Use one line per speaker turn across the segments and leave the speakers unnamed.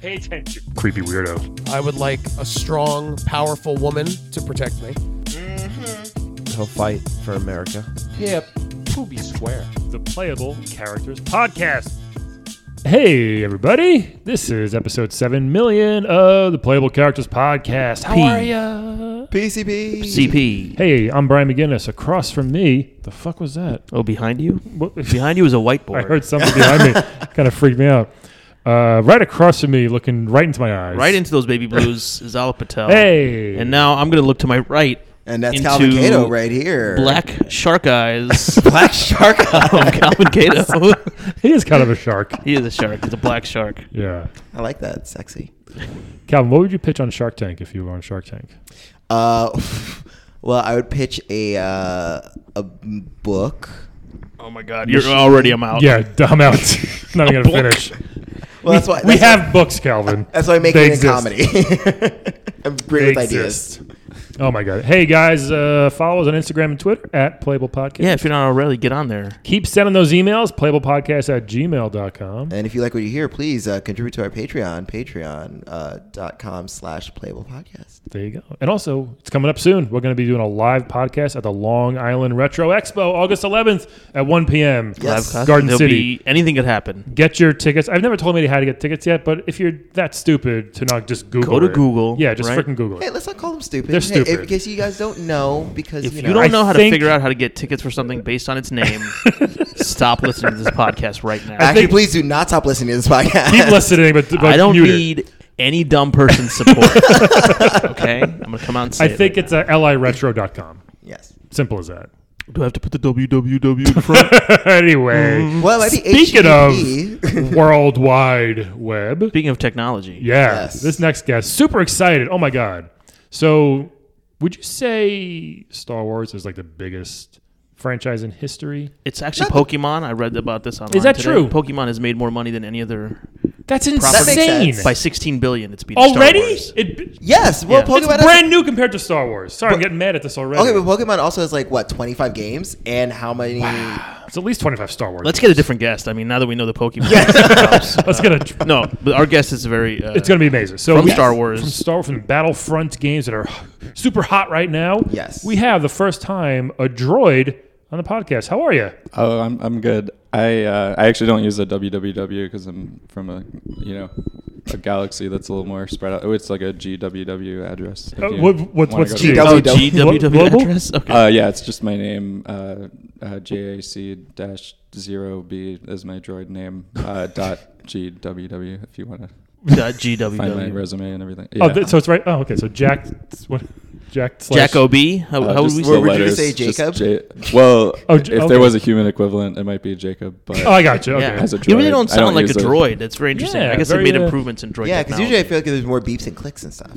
Pay attention. Creepy weirdo.
I would like a strong, powerful woman to protect me.
He'll fight for America.
Yep. Poopy swear.
The Playable Characters Podcast. Hey, everybody. This is episode 7 million of the Playable Characters Podcast. How
P.
are ya?
PCP.
CP.
Hey, I'm Brian McGinnis. Across from me, the fuck was that?
Oh, behind you?
What,
Behind you is a
I
whiteboard.
heard something behind me. Kind of freaked me out. Uh, right across from me, looking right into my eyes.
Right into those baby blues is Ala Patel.
Hey.
And now I'm going to look to my right.
And that's
into
Calvin Cato right here.
Black shark eyes
Black Shark.
from Calvin Cato.
he is kind of a shark.
he is a shark. He's a black shark.
Yeah.
I like that. Sexy.
Calvin, what would you pitch on Shark Tank if you were on Shark Tank?
Uh, well, I would pitch a uh, a book.
Oh my God. You're already, I'm out.
Yeah, I'm out. Not even gonna finish.
Well, that's why
We
that's why-
have books, Calvin.
that's why I make
They
it in
exist.
comedy. I'm
They
great with ideas.
exist. Oh my god! Hey guys, uh, follow us on Instagram and Twitter at Playable Podcast.
Yeah, if you're not already, get on there.
Keep sending those emails. PlayablePodcast at gmail.com.
And if you like what you hear, please uh, contribute to our Patreon, patreon.com slash playable podcast.
There you go. And also, it's coming up soon. We're going to be doing a live podcast at the Long Island Retro Expo, August 11th at 1 p.m.
Yes.
Live class.
Garden
There'll
City.
Be, anything could happen.
Get your tickets. I've never told anybody how to get tickets yet, but if you're that stupid to not just Google,
Go to
it-
Google,
Yeah, just
right?
freaking Google
Hey,
it.
let's not call them stupid.
They're
Hey,
stupid.
in case you guys don't know, because
If
you
you,
know,
don't
I
know how to
think-
figure out how to get tickets for something based on its name, stop listening to this podcast right now.
actually,
think-
please do not stop listening to this podcast.
Keep listening, but, but
I don't
mute it.
need any dumb person's support. okay, I'm gonna come out and say.
I
it
think
right
it's uh, liretro.com.
Yes.
Simple as that.
now. Do I have to put the www in front?
anyway,
Mm-hmm.
Well, it might be E
speaking
HTTP.
of World Wide Web,
Speaking of technology,
yeah,
Yes.
this next guest, super excited. Oh my God. So, would you say Star Wars is like the biggest franchise in history?
it's actually Pokemon. I read about this online.
that
today.
true?
Pokemon has made more money than any other
That's
That makes
insane.
sense.
by 16 billion. It's beating
Already?
Star Wars.
It,
Yes, well,
Yeah.
Pokemon
it's
has-
brand new compared to Star Wars. Sorry, I'm getting mad at this already.
Okay, but Pokemon also has like what twenty five games, and how many?
it's at least 25 Star Wars.
Let's get a different guest. I mean, now that we know the Pokemon, props.
Let's get a.
no, but our guest is very. Uh,
It's going to be amazing. So
from
we-
Star Wars.
from Star from Battlefront games that are super hot right now.
Yes.
we have the first time a droid on the podcast. How are you?
Oh, I'm I'm good. I uh, I actually don't use the www because I'm from a you know a galaxy that's a little more spread out. Oh, It's like a GWW address. if
Uh,
you
what- what-
wanna
what's
go to-
GW?
oh,
W-
GWW
Global?
address. Okay.
Uh, yeah, it's just my name. Uh, uh, JAC dash zero B is my droid name. Uh, dot GWW if you want to
Dot
find my
GWW.
resume and everything.
Oh,
Yeah.
th- so it's right. Oh, okay. So Jack, what, Jack, slash,
Jack OB. How,
Uh,
how would
just
we
the
say?
were you gonna
letters,
say
just
Jacob?
J- well,
Oh,
if
J- okay.
there was a human equivalent, it might be Jacob. But
Oh, I got you. Okay.
Yeah.
As a
You really
droid.
don't
I
sound
don't
like a
use it.
droid. That's very interesting.
Yeah,
I guess
very,
they made
uh,
improvements in droid.
yeah, because usually I
technology.
feel like there's more beeps and clicks and stuff.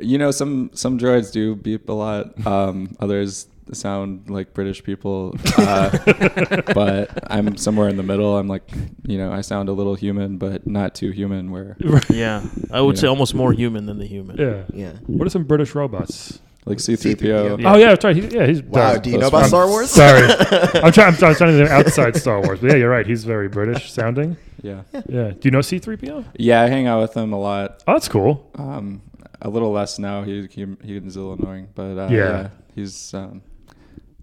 You know, some some droids do beep a lot. Um, others sound like British people, uh, but I'm somewhere in the middle. I'm like, you know, I sound a little human, but not too human. Where
Yeah, I would
Yeah.
say almost more human than the human.
Yeah.
Yeah.
What are some British robots?
like C-3PO.
Yeah.
Oh yeah, that's right. He, yeah, he's
Wow,
uh,
do you know
those
about
from-
Star Wars?
Sorry, I'm trying. I'm, try- I'm trying to think outside Star Wars, but yeah, you're right. He's very British sounding.
yeah,
Yeah. Do you know C-3PO?
yeah. I hang out with him a lot.
Oh, that's cool.
Um, a little less now. He he, he's a little annoying, but uh,
Yeah.
yeah. he's um,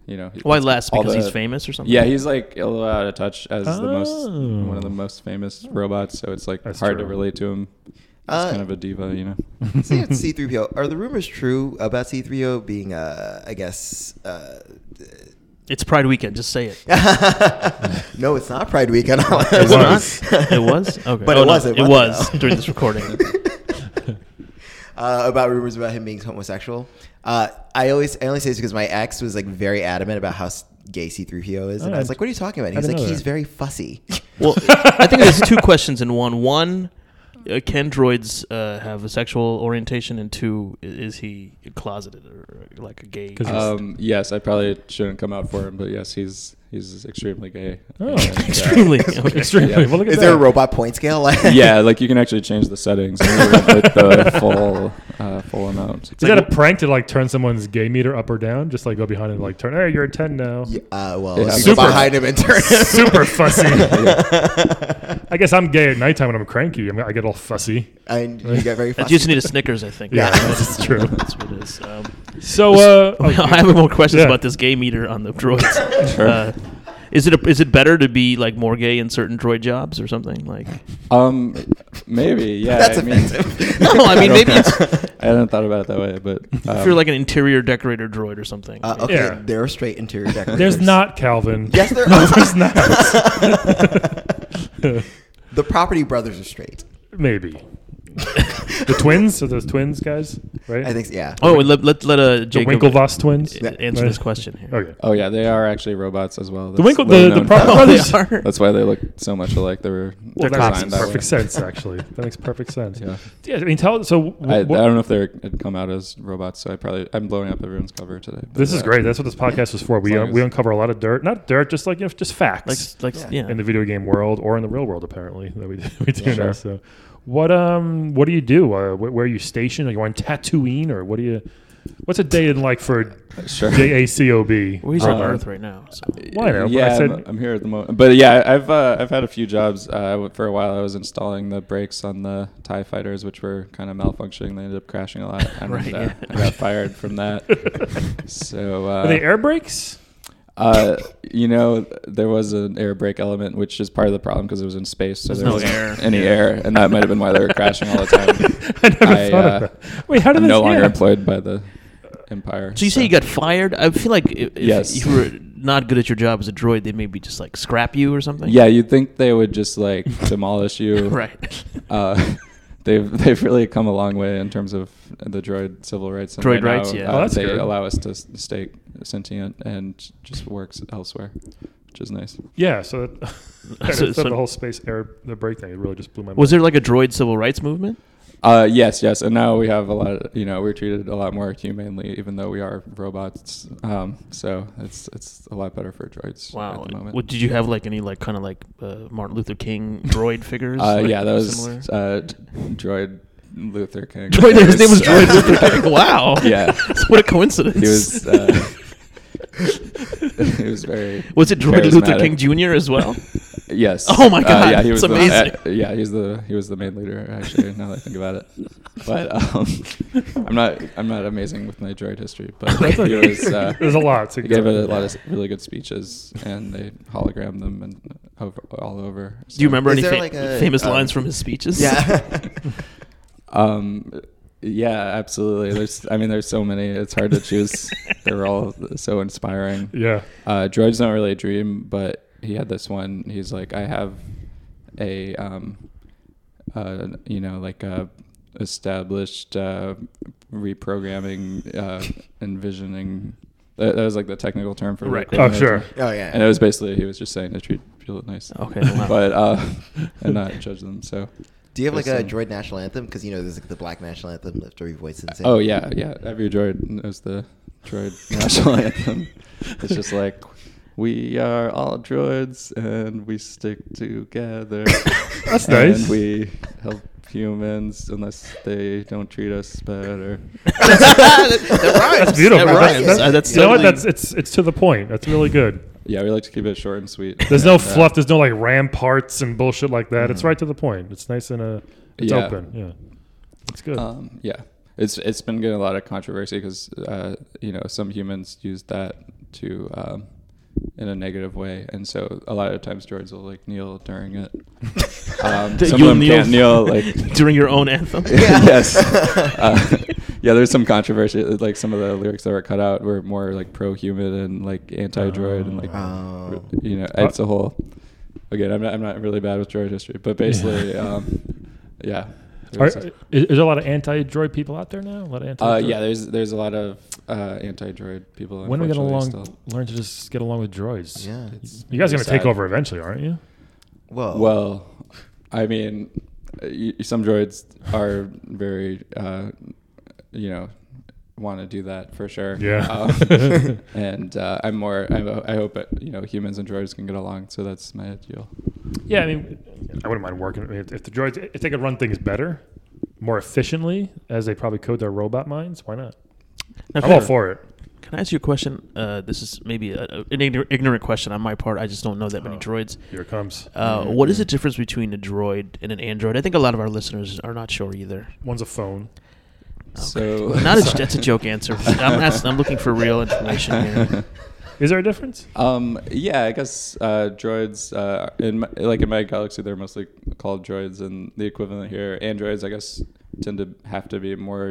you know. he-
Why less?
all
Because
the-
he's famous or something?
Yeah, he's like a little out of touch as the most
Oh.
one of the most famous robots. So it's like
That's
hard
true.
to relate to him. He's
Uh,
kind of a diva, you know.
See, it's C3PO. Are the rumors true about C3PO being, uh, I guess, uh,
It's Pride Weekend. Just say it.
no, it's not Pride Weekend. it
It was.
It was? Okay.
But
Oh,
it
no,
was. It,
it was
though.
during this recording.
uh, about rumors about him being homosexual. Uh, I always, I only say this because my ex was like very adamant about how s- gay C3PO is, and
Oh,
I was like, "What are you talking about?"
I
He's
didn't
like,
know
"He's
that.
very fussy."
Well, I think there's two questions in one. One, uh, can droids uh, have a sexual orientation? And two, i- is he closeted or like a gay?
'Cause he's-
Um, yes, I probably shouldn't come out for him, but yes, he's he's extremely gay. uh,
Oh.
yeah.
Extremely. okay.
Extremely.
yeah.
Well, look at
is
that.
there a robot point scale? Like-
yeah, like you can actually change the settings and we went with the full uh, full amount.
Is that a prank to like turn someone's gay meter up or down? Just like go behind and like turn. Hey, you're a ten now.
Yeah, uh, well,
Yeah.
if you go
Super.
behind him and turn him.
Super fussy. I guess I'm gay at nighttime when I'm cranky. I'm, I get all fussy.
and you get very
I
fussy.
just need a Snickers, I think.
Yeah,
That's-
that's true.
That's what it is. Um,
So uh,
I have more questions
Yeah.
about this gay meter on the droids.
Sure.
Uh, is it a, is it better to be like more gay in certain droid jobs or something like?
Um, maybe. Yeah.
That's
I mean-
offensive.
No, I mean
don't
maybe
know.
it's,
I hadn't thought about it that way, but
if
um,
you're like an interior decorator droid or something.
Uh, okay,
Yeah.
there are straight interior decorators.
there's not Calvin.
Yes, there
No,
are.
there's not.
The Property Brothers are straight.
Maybe the twins. Are those twins guys? Right.
I think, yeah.
oh, and let let let uh,
the
Jacob
Winklevoss twins.
a- answer
Right.
this question here.
Okay.
oh yeah, they are actually robots as well.
The
That's
Winkle, the,
little
the
known
Proper
fact.
Oh, they
Brothers.
are?
That's why they look so much alike. They were
Well,
they're
that
designed
makes
that
perfect
way.
sense. Actually, that makes perfect sense.
Yeah.
Yeah, I mean, tell so. wh-
I, I
what-
don't know if they had come out as robots, so I probably I'm blowing up everyone's cover today. but,
this is
uh,
great. That's what this podcast is for. We
long
un-
as-
we uncover a lot of dirt, not dirt, just like you know, just
Like
facts
like yeah.
in the video game world or in the real world. Apparently, that we do, we do
Yeah,
know.
sure.
So, what um, what do you do? Uh, wh- where are you stationed? Are you on Tatooine, or what do you? What's a day in like for
Sure.
JACOB?
Well, he's on
Um,
Earth right now. So.
Well, I know, but
yeah,
I said-
am I'm here at the moment. But yeah, I- I've uh, I've had a few jobs. Uh, I w- for a while, I was installing the brakes on the Tie Fighters, which were kind of malfunctioning. They ended up crashing a lot, and
Right,
uh,
yeah.
I got fired from that. so uh,
Are they air brakes?
Uh, you know, there was an air brake element, which is part of the problem because it was in space, so there
no
wasn't
air.
any air, and that might have been why they were crashing all the time.
I never
I,
thought
uh,
of that. Wait, how did
I'm
this?
no longer
yeah.
employed by the Empire.
So you say you got fired? I feel like if, if
Yes.
you were not good at your job as a droid, they maybe just like scrap you or something.
Yeah, you'd think they would just like demolish you.
Right.
Uh, they've they've really come a long way in terms of the droid civil rights. and
Droid
right now,
rights, yeah.
uh,
Oh, that's
they
good.
allow us to s- stay sentient and just works elsewhere, which is nice.
Yeah, so that, I
So-
just thought
so-
the whole space air the brake thing it really just blew my mind.
Was there like a droid civil rights movement?
Uh, yes, yes, and now we have a lot. Of, you know, we're treated a lot more humanely, even though we are robots. Um, so it's it's a lot better for droids.
Wow.
At the moment.
What, did you have like any like kind of like uh, Martin Luther King droid figures?
uh,
like,
yeah, that was
similar?
uh, d- droid Luther King.
Droid, his name was Droid Luther King. Wow.
Yeah.
what a coincidence.
He was. Uh, he was very.
Was it Droid Luther King
charismatic.
Jr. as well?
Yes.
Oh my
Uh,
God,
yeah, he was
it's
the,
amazing.
uh, yeah, he's the he was the main leader actually. Now that I think about it, but um, I'm not I'm not amazing with my droid history, but
That's
he
okay.
was. Uh,
There's a lot to
They
go.
gave a lot of really good speeches, and they hologrammed them and uh, over, all over.
Do you remember
Is
any
there
fa-
like a,
famous
um,
lines from his speeches?
Yeah.
Um, yeah, absolutely. There's, I mean, there's so many. It's hard to choose. They're all so inspiring.
Yeah.
Uh, droids don't really dream, but he had this one. He's like, I have a, um, uh, you know, like a established uh, reprogramming, uh, envisioning. That, that was like the technical term for
Right.
Oh,
reprogramming.
sure.
Oh, yeah.
And it was basically he was just saying to treat people nice.
Okay, wow.
but uh, and not judge them. So.
Do you have like a
There's some-
droid national anthem? Because you know there's like the black national anthem, lift every voice and sing.
Oh yeah, yeah. Every droid knows the droid national anthem. It's just like we are all droids and we stick together.
That's
and
nice.
we help humans unless they don't treat us better.
That's beautiful.
That
That's-
rhymes.
that's-
Uh, that's
you know what?
totally-
That's it's it's to the point. That's really good.
Yeah, we like to keep it short and sweet.
There's no
And, uh,
fluff. There's no like ramparts and bullshit like that. It's right to the point. It's nice and uh, it's
Mm-hmm. Yeah.
open. Yeah, it's good.
Um, yeah, it's it's been getting a lot of controversy because uh, you know some humans use that to um, in a negative way, and so a lot of times droids will like kneel during it. Um,
That
some
you'll
of them can't kneel like.
during your own anthem.
Yeah.
yes. Uh, yeah, there's some controversy. uh, Like some of the lyrics that were cut out were more like pro-human and like anti-droid and like
Oh.
you know,
Uh,
it's a whole. Again, I'm not, I'm not really bad with droid history, but basically, um, yeah. there
Are,
was
is, is there a lot of anti-droid people out there now? A lot of anti.
uh, yeah, there's there's a lot of uh, anti-droid people.
When are we gonna
unfortunately,
long,
still.
learn to just get along with droids?
Yeah.
It's
You guys are gonna
really
take
sad.
over eventually, aren't you?
Whoa.
Well, I mean, uh, y- some droids are very, uh, you know, want to do that for sure.
Yeah.
Um, and uh, I'm more. I'm, I hope uh, you know humans and droids can get along. So that's my ideal.
Yeah, I mean, I wouldn't mind working if, if the droids if they could run things better. more efficiently as they probably code their robot minds. Why not?
Now,
I'm all for it.
Can I ask you a question? Uh, this is maybe a, a- an ignor- ignorant question on my part. I just don't know that many
Oh.
droids.
Here it comes.
Uh, what is the difference between a droid and an android? I think a lot of our listeners are not sure either.
One's a phone.
So
Not a, that's a joke answer. I'm, ask- I'm looking for real information here.
Is there a difference?
Um, yeah, I guess uh, droids uh, in my, like in my galaxy, they're mostly called droids, and the equivalent here, androids, I guess, tend to have to be more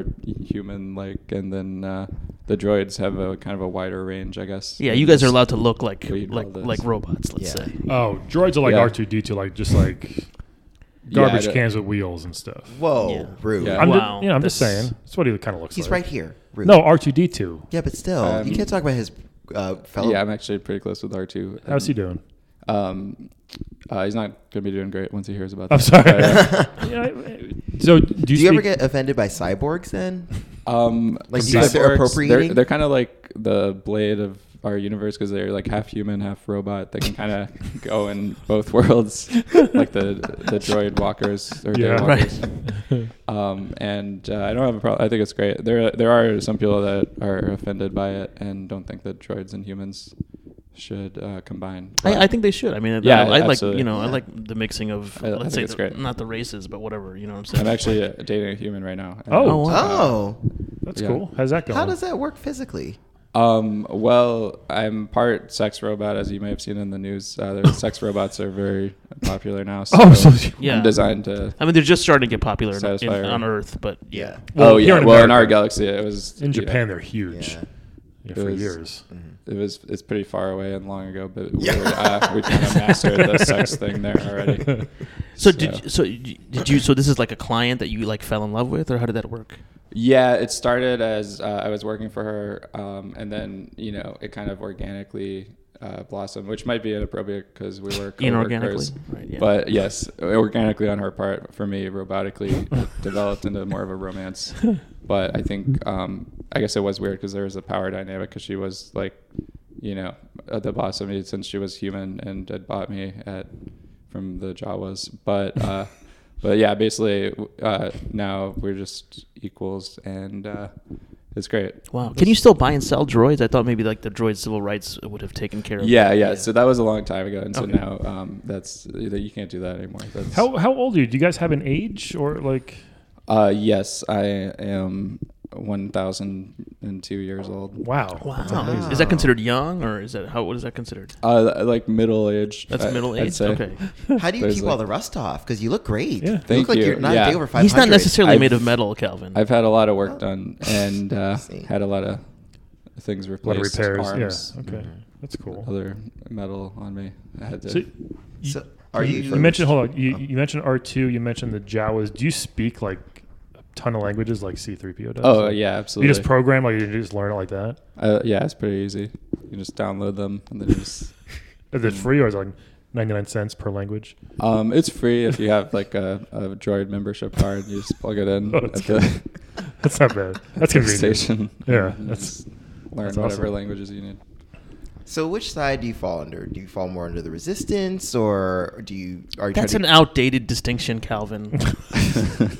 human-like, and then uh, the droids have a kind of a wider range, I guess.
Yeah,
than
you guys are
just-
allowed to look like
What do you call
like
this?
like robots. Let's
Yeah.
say.
Oh, droids are like
Yeah.
R two D two, like just like
Yeah, I
garbage
don't-
cans with wheels and stuff.
Whoa,
Yeah.
rude.
Yeah.
I'm
Wow,
just, you know, I'm just
that's-
saying. That's what he kind of looks
He's
like.
right here. Rude.
No, R two D two.
Yeah, but still,
Um,
you can't talk about his uh, fellow.
Yeah, I'm actually pretty close with R two.
How's he doing?
Um, uh, he's not gonna be doing great once he hears about.
I'm
that.
sorry.
But, uh,
Yeah, I- so, do you,
Do you ever
speak-
get offended by cyborgs then?
um,
Like,
do you think
they're
cyborgs,
appropriating?
They're, they're kind of like the blade of our universe because they're like half human, half robot. They can kind of go in both worlds, like the the droid walkers or
Yeah.
yeah,
Right.
Um, and uh, I don't have a problem. I think it's great. There there are some people that are offended by it and don't think that droids and humans should uh, combine. But-
I, I think they should. I mean,
Yeah,
I, I like
absolutely.
you know I
Yeah.
like the mixing of
I- I
let's
think
say
it's
the-
great.
not the races, but whatever. You know what I'm saying?
I'm actually uh, dating a human right now. Uh,
Oh,
Oh, wow.
Oh,
That's
Yeah.
cool. How's that going?
how does that work physically?
Um, well, I'm part sex robot, as you may have seen in the news. Uh, there's- sex robots are very popular now. So
Oh, so you-
Yeah.
I'm designed to.
I mean, they're just starting to get popular in, in,
Satisfy her.
on Earth, but yeah.
Well,
oh
here
yeah.
in
well, in our
America.
galaxy, it was
In
you know,
Japan, they're huge.
Yeah. mm-hmm.
Yeah,
It
for
was-
years.
it was it's pretty far away and long ago, but we
Yeah.
were, uh, we kind of mastered the sex thing there already.
So did
So-
you, so you- did you so this is like a client that you like fell in love with, or how did that work?
Yeah, it started as uh, I was working for her, um, and then you know it kind of organically uh, blossomed, which might be inappropriate because we were
Inorganically?
coworkers.
Right, yeah.
But yes, organically on her part, for me, robotically it developed into more of a romance. But I think um, I guess it was weird because there was a power dynamic because she was like, you know, uh, the boss of me since she was human and had bought me at from the Jawas, but. Uh, but yeah, basically uh, now we're just equals, and uh, it's great.
Wow, can you still buy and sell droids? I thought maybe like the droid civil rights would have taken care of.
Yeah,
that.
yeah. So that was a long time ago, and so
Okay.
now um, that's that you can't do that anymore. That's,
How how old are you? Do you guys have an age or like?
Uh, yes, I am one thousand and two years old.
Wow.
Wow, is that considered young, or is that how? What is that considered?
Uh, like middle aged.
That's middle aged. Okay,
How do you
There's
keep
like-
all the rust off? Because you look great.
Yeah.
You look
Thank
like
you.
you're not a
Yeah.
day over 500.
he's not necessarily
I've-
made of metal, Calvin.
I've had a lot of work done and uh,
See.
had a lot of things
A lot of
replaced.
repairs.
Arms,
Yeah. Okay. That's cool.
Other metal on me. I had to.
So, you,
So, are
you,
you-
you mentioned hold on. You, you mentioned R two. You mentioned the Jawas. Do you speak like a ton of languages like C three PO does?
oh
Like,
yeah,
You
absolutely.
just program like you just learn it like that.
Uh, yeah, it's pretty easy. You just download them and then you just.
Is
Mm.
it free or is it like ninety nine cents per language?
Um, it's free if you have like a, a Droid membership card. You just plug it in
Oh,
at
that's
the
That's not bad. That's convenient.
station.
Yeah,
And
that's-
just learn
that's
whatever
awesome.
languages you need.
So, which side do you fall under? Do you fall more under the resistance, or do you are you?
That's
trying
an
to,
outdated distinction, Calvin.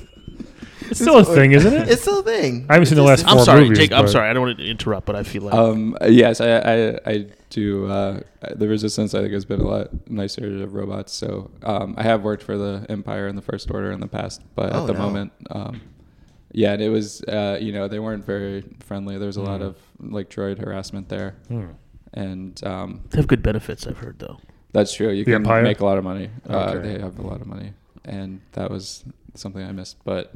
It's still a thing, isn't it?
It's still a thing.
I haven't seen the last
Resistance.
four
I'm sorry,
movies,
Jake. I'm
but-
sorry. I don't want to interrupt, but I feel like
Um, yes, I, I, I do. Uh, the Resistance, I think, has been a lot nicer to robots. So um, I have worked for the Empire and the First Order in the past, but
Oh,
at the
no.
moment, um, yeah, and it was, uh, you know, they weren't very friendly. There was a lot of like droid harassment there,
Hmm.
and um,
they have good benefits. I've heard though.
that's true. You
The
can
Empire?
make a lot of money. Uh,
Okay.
they have a lot of money, and that was something I missed. But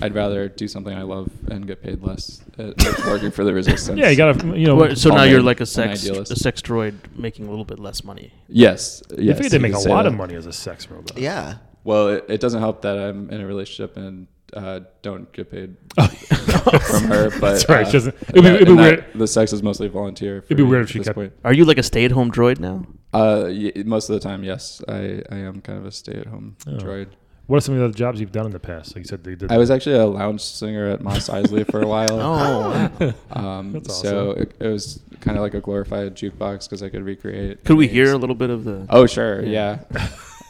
I'd rather do something I love and get paid less at working for the Resistance.
Yeah, you gotta you know.
Well, so now
Calvin,
you're like a
an
sex a
idealist.
sex droid making a little bit less money.
Yes, yes.
you figured they
you
make
could
a
say
lot
that.
of money as a sex robot.
Yeah.
Well, it, it doesn't help that I'm in a relationship and uh, don't get paid from her. But
That's right,
uh,
she doesn't- it'd be-
and
it'd be
and
weird-
The sex is mostly volunteer.
It'd be
for
weird
me
if she
at this
kept-
point.
Are you like a stay at home droid now?
Uh, y- most of the time, yes, I, I am kind of a stay-at-home
Oh.
droid.
What are some of the other jobs you've done in the past? Like you said, they did.
I was actually a lounge singer at Moss Isley for a while.
Oh, wow.
um,
That's
so
awesome.
it, it was kind of like a glorified jukebox because I could recreate.
could we
things.
hear a little bit of the?
Oh sure, yeah.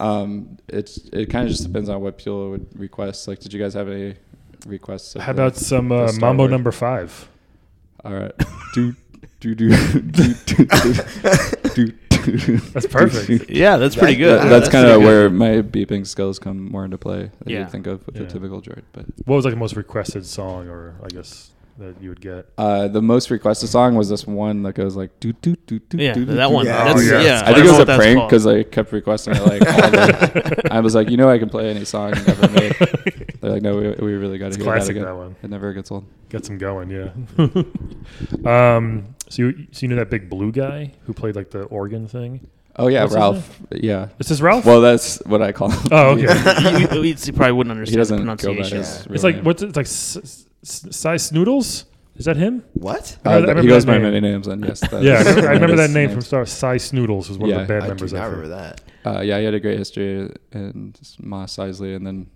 um, it's it kind of just depends on what people would request. Like, did you guys have any requests. of
How
the-
about some
the
uh,
Star
Mambo
Wars.
number five?
All right. Do do do do do do. do.
That's perfect.
Yeah, that's pretty
That-
good.
that-
That's kind of
pretty good.
where my beeping skills come more into play. That
Yeah.
you'd think of with
Yeah.
a typical droid, but
What was like the most requested song, or I guess that you would get?
uh, the most requested song was this one that goes like do do do do.
Yeah,
do, do,
that
do.
one.
Yeah.
That's,
Oh, yeah.
yeah.
I think
don't
it was
know
a
what that's
prank
called.
because I kept requesting it like all the, I was like, you know, I can play any song ever made. They're like, no, we, we really got to
It's
hear
classic,
that again.
that one.
It never gets old.
Gets them going, yeah. um, so you so you know that big blue guy who played like the organ thing?
Oh yeah,
What's his
Ralph. Yeah.
Is this Ralph?
Well, that's what I call. Him.
Oh, okay.
You- you- you- he probably wouldn't understand
he
the
doesn't go by
pronunciation.
his.
it's
real
like
name.
what's it, it's like S- S- size noodles? Is that him?
What?
I
Uh,
remember- I remember
he goes
that
by
name.
many names, and yes, that
yeah, I
is
remember, I
one of
remember that
his
name from
names.
Star. Size noodles was one
Yeah,
of the band
I do
members.
not
I think.
remember that.
Uh, yeah, he had a great history in Moss Isley, and then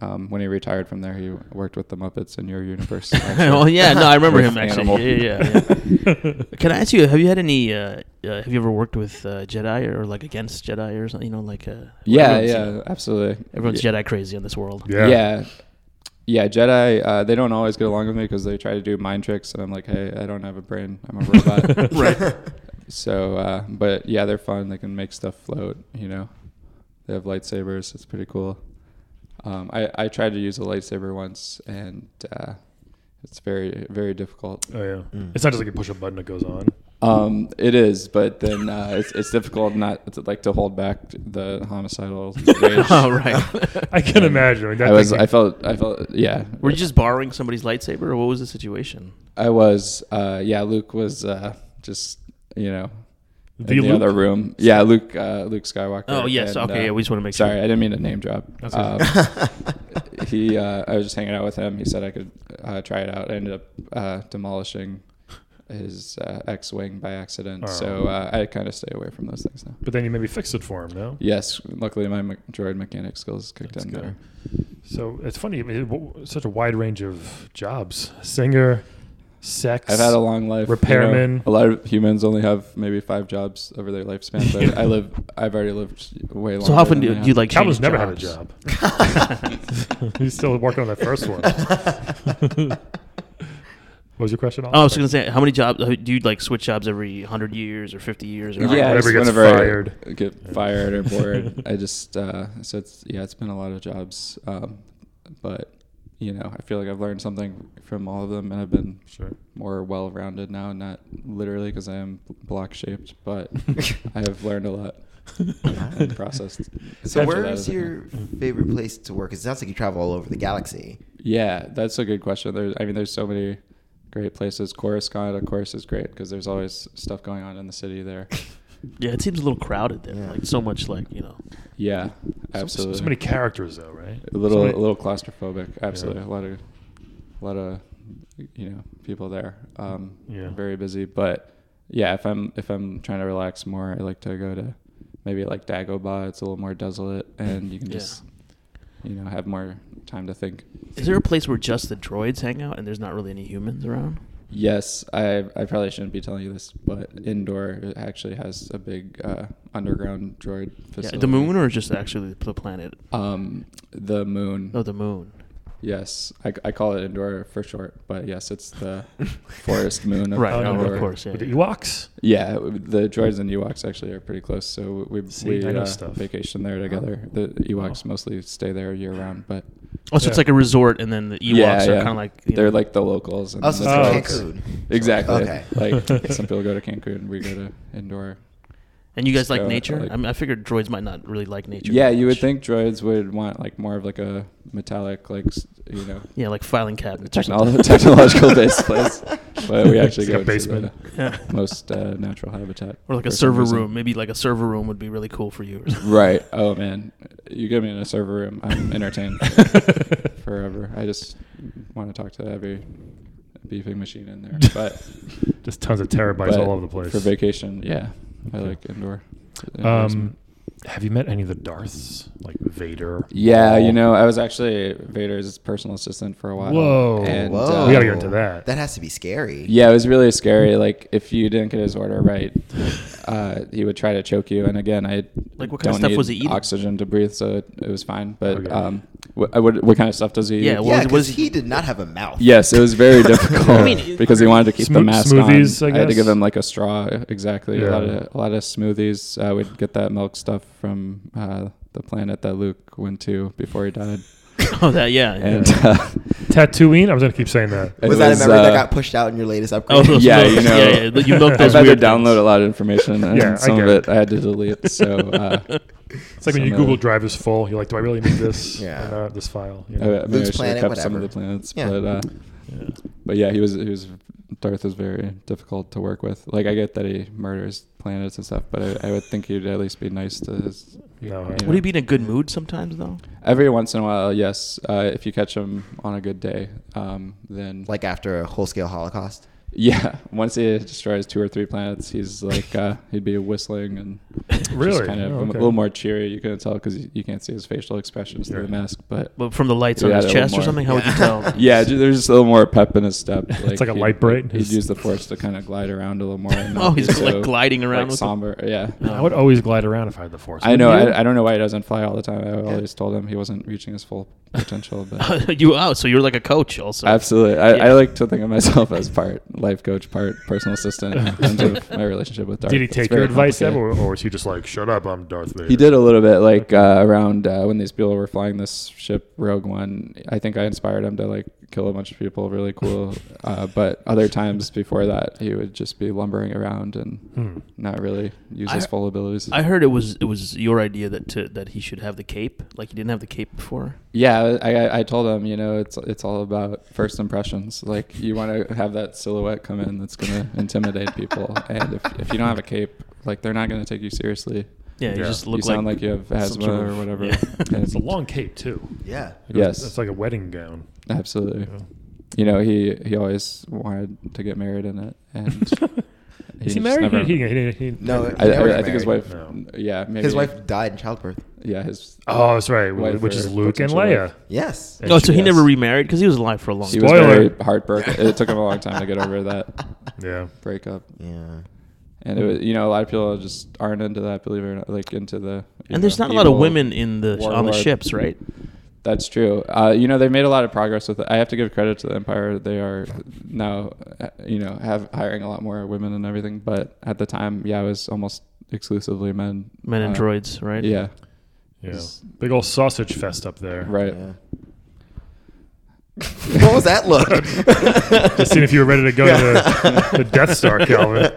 um, when he retired from there, he worked with the Muppets in your universe. actually.
oh yeah, no, I remember
With
him
Animal.
actually. Yeah, yeah, yeah. Can I ask you? Have you had any? Uh, uh, have you ever worked with uh, Jedi or like against Jedi or something? You know, like uh,
yeah,
everyone's, you know,
yeah, absolutely.
everyone's
yeah,
Jedi crazy in this world.
Yeah.
yeah, Yeah, Jedi. Uh, they don't always get along with me because they try to do mind tricks, and I'm like, hey, I don't have a brain. I'm a robot.
right.
so, uh, but yeah, they're fun. They can make stuff float. You know, they have lightsabers. It's pretty cool. Um, I I tried to use a lightsaber once, and uh, it's very very difficult.
Oh yeah.
Mm.
It's not just like you push a button it goes on.
Um, it is, but then uh, it's it's difficult not to, like to hold back the homicidal rage.
oh right.
I can imagine. Like, that
I was,
thing-
I felt, I felt, yeah.
Were you just borrowing somebody's lightsaber, or what was the situation?
I was, uh, yeah. Luke was uh, just, you know, in
The
the,
Luke?
other room. Yeah, Luke, uh, Luke Skywalker. uh,
Oh, yes, okay, yeah, we just wanna make
sorry,
sure.
I didn't mean to name drop. Um, he, uh, I was just hanging out with him. He said I could uh, try it out. I ended up uh, demolishing his uh, X-wing by accident.
Oh.
So uh, I kind of stay away from those things now.
but then you maybe fixed it for him, no?
Yes, luckily my me- droid mechanic skills kicked
That's
in
good.
there.
So it's funny. I mean, it- w- such a wide range of jobs: singer, sex.
I've had a long life. you know.
Repairman.
a lot of humans only have maybe five jobs over their lifespan, but I live. I've already lived way longer.
So how often
than
do,
I
do you
have.
like?
Calvin's
change
never had a
jobs?
job. He's still working on that first one. what was your question?
Oh, I
Oliver?
was gonna say, how many jobs uh, do you like switch jobs every hundred years or fifty years? Or
Yeah,
however-
I
Whatever
just
gets
whenever I
fired.
get fired or bored. I just uh, so it's yeah, it's been a lot of jobs, um, but you know, I feel like I've learned something from all of them, and I've been
Sure.
more well-rounded now. Not literally because I am block-shaped, but I have learned a lot and processed.
So
after
where
that, I
is
think.
your favorite place to work? 'Cause It sounds like you travel all over the galaxy.
Yeah, that's a good question. There's, I mean, there's so many great places. Coruscant, of course, is great because there's always stuff going on in the city there.
yeah. It seems a little crowded there.
Yeah.
Like so much, like you know.
Yeah,
So-
absolutely.
So, many characters, though, right?
a little,
So many-
a little claustrophobic. Absolutely, a lot of, a lot of, you know, people there. Um,
Yeah.
very busy. But yeah, if I'm if I'm trying to relax more, I like to go to maybe like Dagobah. It's a little more desolate, and you can
Yeah.
just, you know, have more time to think.
Is there a place where just the droids hang out and there's not really any humans around?
Yes, I I probably shouldn't be telling you this, but indoor actually has a big uh, underground droid
Yeah,
facility.
the moon or just actually the planet?
um the moon.
Oh, the moon.
Yes, I, I call it indoor for short, but yes, it's the forest moon. Of
Right,
Oh, no,
of
Endor.
course, yeah.
With the Ewoks.
Yeah, the droids and Ewoks actually are pretty close. So we
See,
we
I know
uh,
stuff. Uh-huh.
vacation there together. The Ewoks mostly stay there year round, but
Oh, so it's
Yeah.
like a resort, and then the Ewoks
yeah,
are
yeah.
kind of like you
they're
know-
like the locals. And
Oh, so
the
Oh, okay.
droids.
it's Cancun.
Exactly.
Okay.
Like some people go to Cancun, we go to indoor.
And you guys like
So,
nature?
like-
I, mean, I figured droids might not really like nature.
yeah,
that
you would
much.
think droids would want like more of like a metallic, like s- you know,
Yeah, like filing cabinets. or
technolo-
something.
technological based place, but we actually
It's like
go
a
to
basement.
Yeah.
the most uh, natural habitat,
Or like a
for some
server
reason.
room. Maybe like a server room would be really cool for you. Or something.
Right. Oh man, you get me in a server room, I'm entertained forever. I just want to talk to every beefing machine in there, but,
Just tons of terabytes
but
all over the place.
for vacation. Yeah, I
Okay.
like indoor. indoor basement.
Um, have you met any of the Darths, like Vader?
Yeah,
Maul?
you know, I was actually Vader's personal assistant for a while.
Whoa.
and, uh,
Whoa.
We gotta get into that.
That has to be scary.
Yeah, it was really scary. Like if you didn't get his order right, uh, he would try to choke you. And again, I
Like, what kind of
don't
stuff
need
was he eating?
Oxygen to breathe, so it, it was fine. But
Okay.
um, What, what, what kind of stuff does he?
Yeah,
eat?
What
yeah,
was- what
because
is-
he did not have a mouth.
Yes, it was very difficult
I mean,
because he wanted to keep the
Smo-
mask
smoothies,
on.
I
I, had to
guess.
give him like a straw. Exactly.
Yeah.
A, lot of, a lot of smoothies. Uh, we'd get that milk stuff from uh, the planet that Luke went to before he died.
Oh, that yeah. yeah.
And uh,
Tatooine. I was gonna keep saying that.
it
was that a memory that
uh,
got pushed out in your latest
Oh,
upgrade?
those
Yeah,
milks.
you know.
yeah, yeah, you milk
I've
those
had to
weird
download
things.
a lot of information, and
Yeah, I
some
get
of
it.
it I had to delete. So uh,
It's like when
So
you
no.
Google Drive is full. You're like, do I really need this?
Yeah.
Or not this file. You
I,
know?
I, mean, I
Luke's
should
planet,
have kept some of
whatever.
the planets,
Yeah.
but uh, but yeah, he was he was Darth was very difficult to work with. Like I get that he murders planets and stuff, but I, I would think he'd at least be nice to his.
No,
you
right.
know.
Would he be in a good mood sometimes though?
Every once in a while, yes. Uh, if you catch him on a good day, um, then
Like after a whole scale Holocaust.
yeah, once he destroys two or three planets, he's like uh, he'd be whistling and
Really?
just kind of
Oh,
a
okay.
little more cheery. You couldn't tell because you, you can't see his facial expressions
Sure.
through the mask, but
But from the lights
Yeah,
on his
that little
chest or
more.
something, how would you tell?
yeah, ju- there's just a little more pep in his step.
like a
he'd-
light bright.
He'd use the force to kind of glide around a little more. and
Oh,
not
he's
be
like gliding around
like
with the- Oh.
somber. Yeah.
I would always glide around if I had the force.
I know.
Wouldn't you?
I, I don't know why he doesn't fly all the time. I always told him he wasn't reaching his full potential. But
you oh, so you're like a coach also.
uh, absolutely, I,
Yeah.
I like to think of myself as part life coach, part personal assistant in terms of my relationship with Darth.
Did he
It's
take
very
your advice, Seb,
complicated.
or, or was he just like, shut up, I'm Darth Vader?
He did a little bit, like uh, around uh, when these people were flying this ship Rogue One. I think I inspired him to like kill a bunch of people, really cool. uh, but other times before that, he would just be lumbering around and
Hmm.
not really use his
I-
full abilities.
I heard it was it was your idea that to, that he should have the cape. Like he didn't have the cape before.
yeah, I, I- I told him, you know, it's it's all about first impressions. Like you want to have that silhouette come in that's gonna intimidate people, and if if you don't have a cape, like they're not gonna take you seriously.
Yeah, you
Yeah.
just
You
look
sound
like,
like you have asthma
sort of-
or whatever.
yeah.
And
It's a long cape too.
Yeah.
It was-
Yes.
It's like a wedding gown.
Absolutely.
Yeah.
You know, he he always wanted to get married in it, and
Is
just
he married?
never-
He- he- he- he-
No,
I,
he never
I, I
got
think his
married.
wife.
No.
Yeah, maybe
His wife died in childbirth.
Yeah, his.
Oh, that's right.
Wife
Which is
or
Luke and
potential
Leia.
wife.
Yes.
And
Oh,
she-
so he
yes.
never remarried because he was alive for a long
He
time.
was
Spoiler.
very heartbroken. It took him a long time to get over that
Yeah.
breakup,
Yeah.
and it was, you know a lot of people just aren't into that. Believe it or not, like into the. you
And there's
know,
not a lot of
evil-
women in the on the
warlord.
ships, right?
That's true. Uh, you know, they made a lot of progress with it. I have to give credit to the Empire. They are now, uh, you know, have hiring a lot more women and everything. But at the time, yeah, it was almost exclusively men.
Men and
Uh,
droids, right?
Yeah,
Yeah. Big old sausage fest up there.
right.
Yeah. what was that look?
Just seeing if you were ready to go to the, the Death Star, Calvin.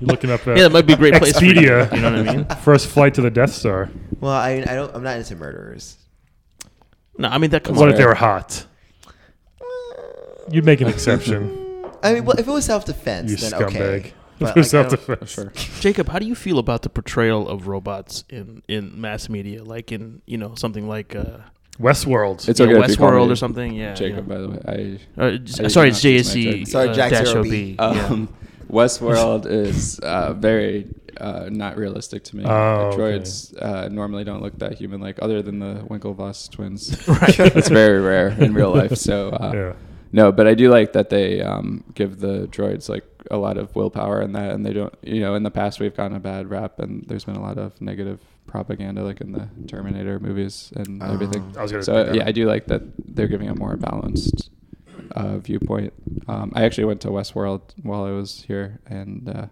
You're looking up at
Yeah, that might be a great place for you,
Expedia.
you know what I mean?
First flight to the Death Star.
well, I mean, I don't. I'm not into murderers.
No, I mean that comes.
That's
What if
fair.
they were hot? You'd make an exception.
I mean, well, if it was self defense,
you
then
scumbag.
okay.
It
But,
was
like, I don't-
self-defense.
Sure.
Jacob, how do you feel about the portrayal of robots in in mass media, like in you know something like uh,
Westworld.
It's
you know,
okay if you call
Westworld
me
or something? Yeah,
Jacob,
yeah.
by the way. I
Uh, j-
I-
sorry,
no,
it's
it's my
JSC.
joke.
Sorry,
uh,
Jack
dash
Zero
OB.
B.
yeah.
um, Westworld is uh, very uh, not realistic to me.
Oh,
The droids uh, normally don't look that human like, other than the Winklevoss twins.
Right.
That's very rare in real life. So uh,
Yeah.
no, but I do like that they um, give the droids like a lot of willpower in that, and they don't. You know, in the past we've gotten a bad rap, and there's been a lot of negative propaganda, like in the Terminator movies and everything.
I was gonna bring
so
that
yeah,
up.
I do like that they're giving a more balanced uh, viewpoint. Um, I actually went to Westworld while I was here, and uh,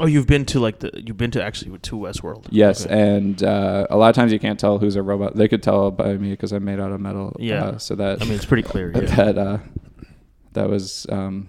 Oh, you've been to like the you've been to actually to Westworld.
yes,
Okay.
and uh, a lot of times you can't tell who's a robot. They could tell by me because I'm made out of metal.
Yeah.
uh, so that
I mean it's pretty clear.
but
yeah.
that uh, that was um,